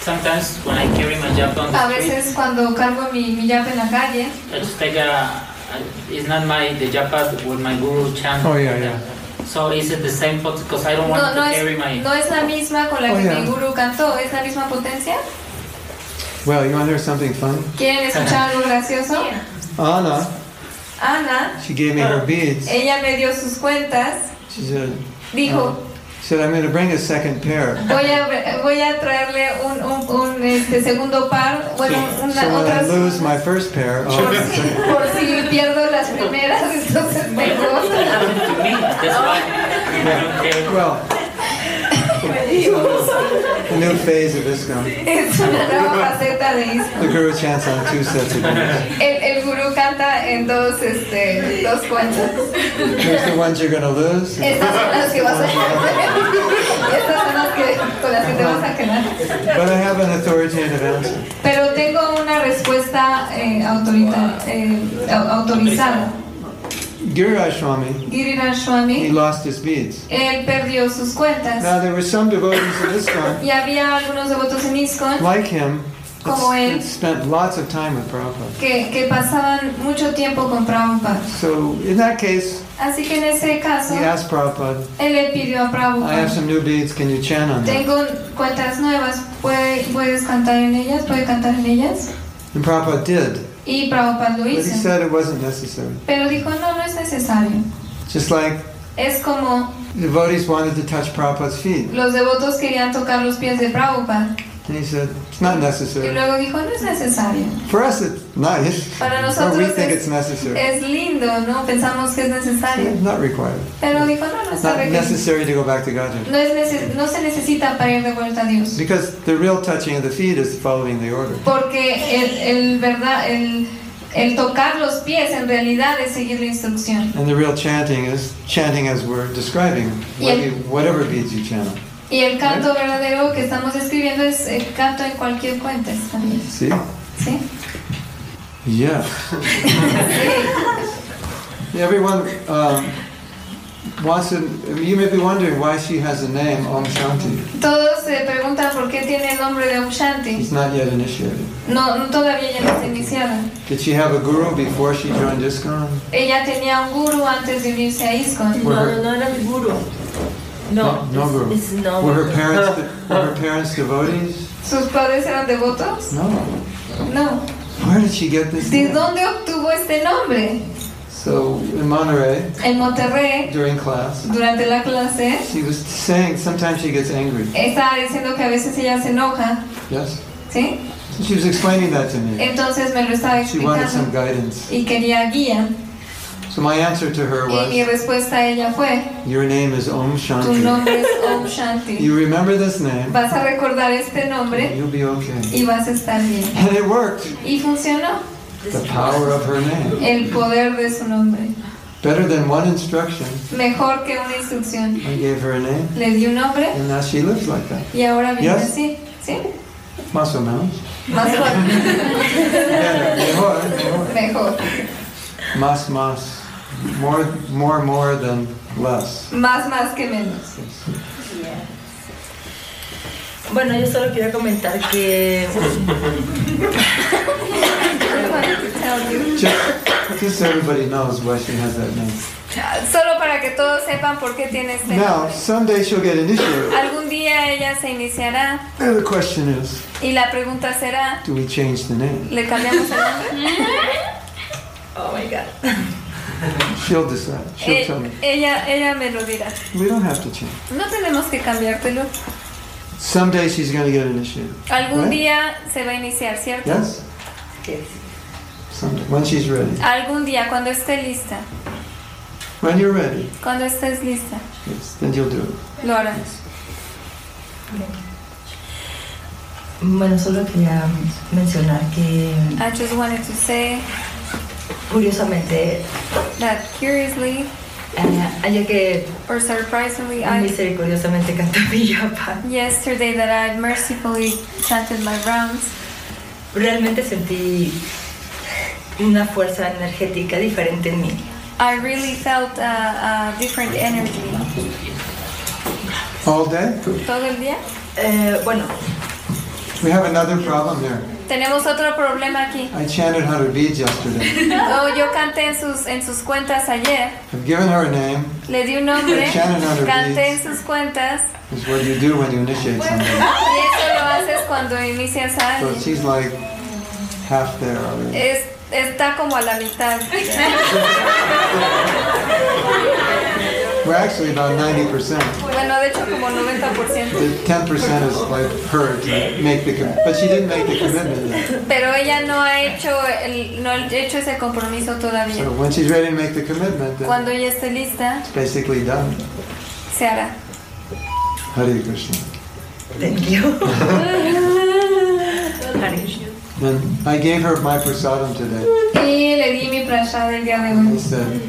sometimes when I carry my job on
A
the street.
veces cuando cargo mi, mi yapa en la calle,
I just take a, a it's not my the japa with my guru chant.
Oh, yeah, yeah.
So is it the same pot? Because I don't want
no,
to
no,
carry my.
es, *laughs* no es la misma con la
Oh,
que
yeah.
mi guru cantó, es la misma potencia.
Well, you want to hear something fun?
¿Quieren escuchar algo gracioso?
Anna,
Ana,
she gave me her beads.
ella me dio sus cuentas,
She said,
dijo,
she said, I'm going to bring a second pair.
voy a, voy a traerle un, un, un, este, segundo par, bueno, una,
So when I
otras,
lose my first pair, oh,
por si pierdo las primeras, entonces tengo otras.
*laughs* That's why I don't carry.
well, a new phase of Islam.
Es una nueva faceta de Isma.
The Guru chants on two sets of beads.
El, el gurú canta en dos, este, dos cuentas.
There's the ones you're going to lose.
Estas son las que vas a Estas son las que, con las que te vas a quedar.
But I have an authoritative answer.
Pero tengo una respuesta eh, autorita- eh, au- autorizada.
Giriraj Swami, he
Giriraj Swami,
lost his beads.
él perdió sus
Now,
cuentas.
there were some devotees of Islam,
Y había algunos devotos en ISKCON
like him, that
Como él.
s- spent lots of time with Prabhupada.
que, que pasaban mucho tiempo con Prabhupada.
So, in that case,
Así que en ese caso,
he asked Prabhupada,
él le pidió a
I have
Prabhupada,
some new beads, can you chant on them?
tengo cuentas nuevas, ¿puede- ¿puedes cantar en ellas? ¿Puedes cantar en ellas?
And Prabhupada did,
Y Prabhupada lo
but he
hizo.
said it wasn't necessary.
Pero dijo, no, no es necesario.
Just like
Es como
devotees wanted to touch Prabhupada's feet.
los devotos querían tocar los pies de Prabhupada.
And he said, it's not
Y
necessary.
luego dijo, no es necesario.
For us, it's nice,
Para
or
nosotros
we think it's
es, eh,
necessary.
es lindo, ¿no? Pensamos que es necesario.
It's not required.
Pero dijo, no, no
It's
está
not
requerido.
necessary to go back to Godhead.
No, es nece- no se necesita para ir de vuelta a Dios.
Because the real touching of the feet is following the order.
Porque el, el verdad, el, el tocar los pies en realidad es seguir la instrucción.
And the real chanting is chanting as we're describing, what
Yeah.
you- whatever beads you channel.
Y el canto verdadero que estamos escribiendo es el canto en cualquier cuenta. está bien,
See?
¿Sí?
Yes. Everyone um, wants to. You may be wondering why she has a name Om Shanti.
Todos se preguntan por qué tiene el nombre de Om Shanti.
She's not yet initiated.
No, no, todavía ya no está iniciada.
Did she have a guru before she joined ISKCON?
Ella tenía un guru antes de unirse a ISKCON.
Were
No,
her,
no era mi guru.
no,
No,
no guru.
es- es- no.
Were her parents were her parents devotees?
¿Sus padres eran devotos?
No.
No.
Where did she get this?
¿De
name?
dónde obtuvo este nombre?
So in Monterey
En Monterrey,
during class,
durante la clase,
she was saying sometimes she gets angry.
estaba diciendo que a veces ella se enoja,
Yes.
¿sí?
So she was explaining that to me.
Entonces me lo estaba
She wanted some
explicando
guidance.
y quería guía.
So my answer to her
Y mi
was,
respuesta a ella fue,
"Your name is Om
tu
Shanti.
nombre es Om Shanti.
You remember this name,
Vas a recordar este nombre
you'll be okay."
y vas a estar bien.
And it worked.
Y funcionó.
The power of her name,
El poder de su nombre.
better than one instruction.
Mejor que una instrucción.
I gave her a name,
Le di un nombre
and now she lives like that.
y ahora vive
Yes.
así. ¿Sí?
Más o menos.
Más fuerte,
Yeah, Mejor, mejor.
mejor.
Más, más. More, more, more than less.
Más, más que menos.
Bueno, yo solo quería comentar que
Just, just so everybody knows why she has that name.
Solo para que todos sepan por qué tiene este
Now,
nombre.
someday she'll get initiated.
Algún día ella se iniciará
And the question is,
y la pregunta será,
do we change the name?
¿le cambiamos el nombre?
She'll decide. She'll tell me.
Eh, ella, ella me lo dirá.
We don't have to change.
No tenemos que cambiártelo.
Someday she's going to get initiated.
Algún
Right.
día se va a iniciar, ¿cierto?
Yes? Someday. When she's ready.
Algún día, cuando esté lista.
When you're ready,
Cuando estés lista,
yes, then you'll do it.
lo harás.
bueno, solo quería mencionar que
I just wanted to say
curiosamente
that curiously,
Ah, ayer que
Or surprisingly, I
misericordiosamente cantó mi yapa,
yesterday that I mercifully chanted my rounds,
realmente sentí una fuerza energética diferente en mí.
I really felt uh, a, a different energy.
All day?
Todo el día.
Eh,
bueno,
We have another problem here.
tenemos otro problema
*laughs*
aquí.
I chanted how to bead yesterday.
*laughs*
Oh, yo canté en sus en sus cuentas ayer.
I've given her a name.
Le di un nombre.
Shannon Underbeats.
Canté en sus cuentas.
It's what you do when you initiate
Y
something.
eso lo haces cuando inicias a
So
alguien.
she's like half there already.
Es, está como a la mitad.
We're actually about 90%.
Bueno, de hecho como 90%.
The 10% is like her to make the commitment. But she didn't make the commitment yet.
Pero ella no ha hecho el, no ha hecho ese compromiso todavía.
So when she's ready to make the commitment, then
Cuando ella esté lista,
it's basically done.
se hará.
Hare Krishna. *laughs*
Thank you.
And I gave her my prasadam today.
Y le di mi prasad el día de
I
hoy.
said,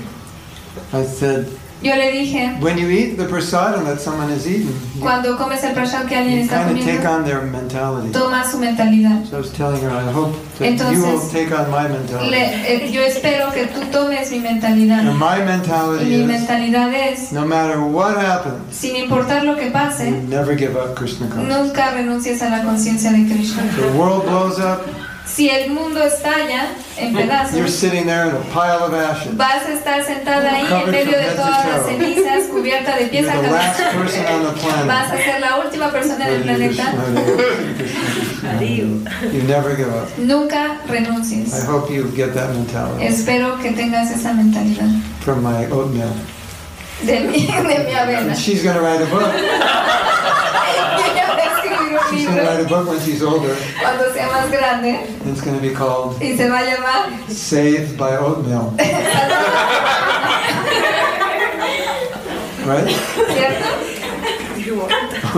I said,
Yo le dije,
when you eat the prasadam that someone has eaten,
cuando comes el prasad que alguien
you
está
kind of take
comiendo,
on their mentality.
toma su mentalidad.
So I was telling her, I hope that you will
Entonces,
take on my mentality.
Le- eh, yo espero que tú tomes mi mentalidad.
And my
Y
mentality
mi
is,
mentalidad es,
no matter what happens,
sin importar lo que
you
pase,
never give up Krishna consciousness.
nunca renuncies a la conciencia de Krishna.
The world blows up,
Si el mundo estalla en
you're
pedazos,
sitting there in a pile of ashes.
vas a estar sentada ahí en medio de todas las cenizas, cubierta de
You're
pies a
the last
cabeza.
person on the
Vas a
planet.
ser la última persona en el
Hare Krishna,
planeta.
Hare Krishna, Hare Krishna. You never give up.
Nunca
I
renuncies.
hope you get that mentality
Espero que tengas esa mentalidad
from my oatmeal.
de mi, *laughs* de mi avena.
And she's going to write a book.
Ella va a escribir un
She's going to
libro
write a book when she's older.
cuando sea más grande
And it's going to be called
y se va a llamar *laughs*
Saved by Oatmeal. Right?
¿Cierto?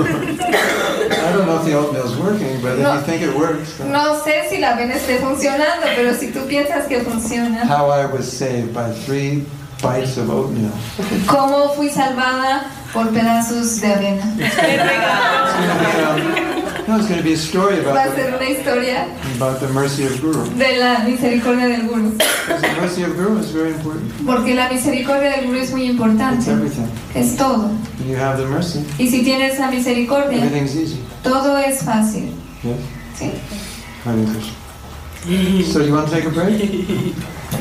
I don't know if the oatmeal's working, but if you think it works, then
No sé si la avena esté funcionando, pero si tú piensas que funciona,
how I was saved by three bites of oatmeal.
¿cómo fui salvada por pedazos de avena?
It's going to be, um, no, it's going to be a story
Va a
about
ser
the,
una historia
about the mercy of Guru.
de la misericordia del Guru,
Because the mercy of Guru is very important.
porque la misericordia del Guru es muy importante,
It's everything.
es todo.
When you have the mercy,
Y si tienes la misericordia,
everything's easy.
todo es fácil.
Yes?
Sí.
Hare Krishna. So you want to take a break?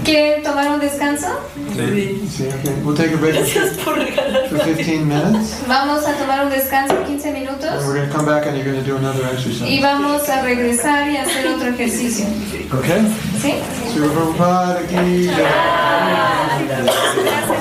¿Quieren tomar un descanso?
See, okay. We'll take a break for 15 minutes.
Vamos a tomar un descanso 15
And
minutos
we're going to come back and you're going to do another
y
exercise.
vamos a regresar y hacer otro ejercicio.
Okay?
¿Sí?
Sri Prabhupada Ki Jai.
Gracias.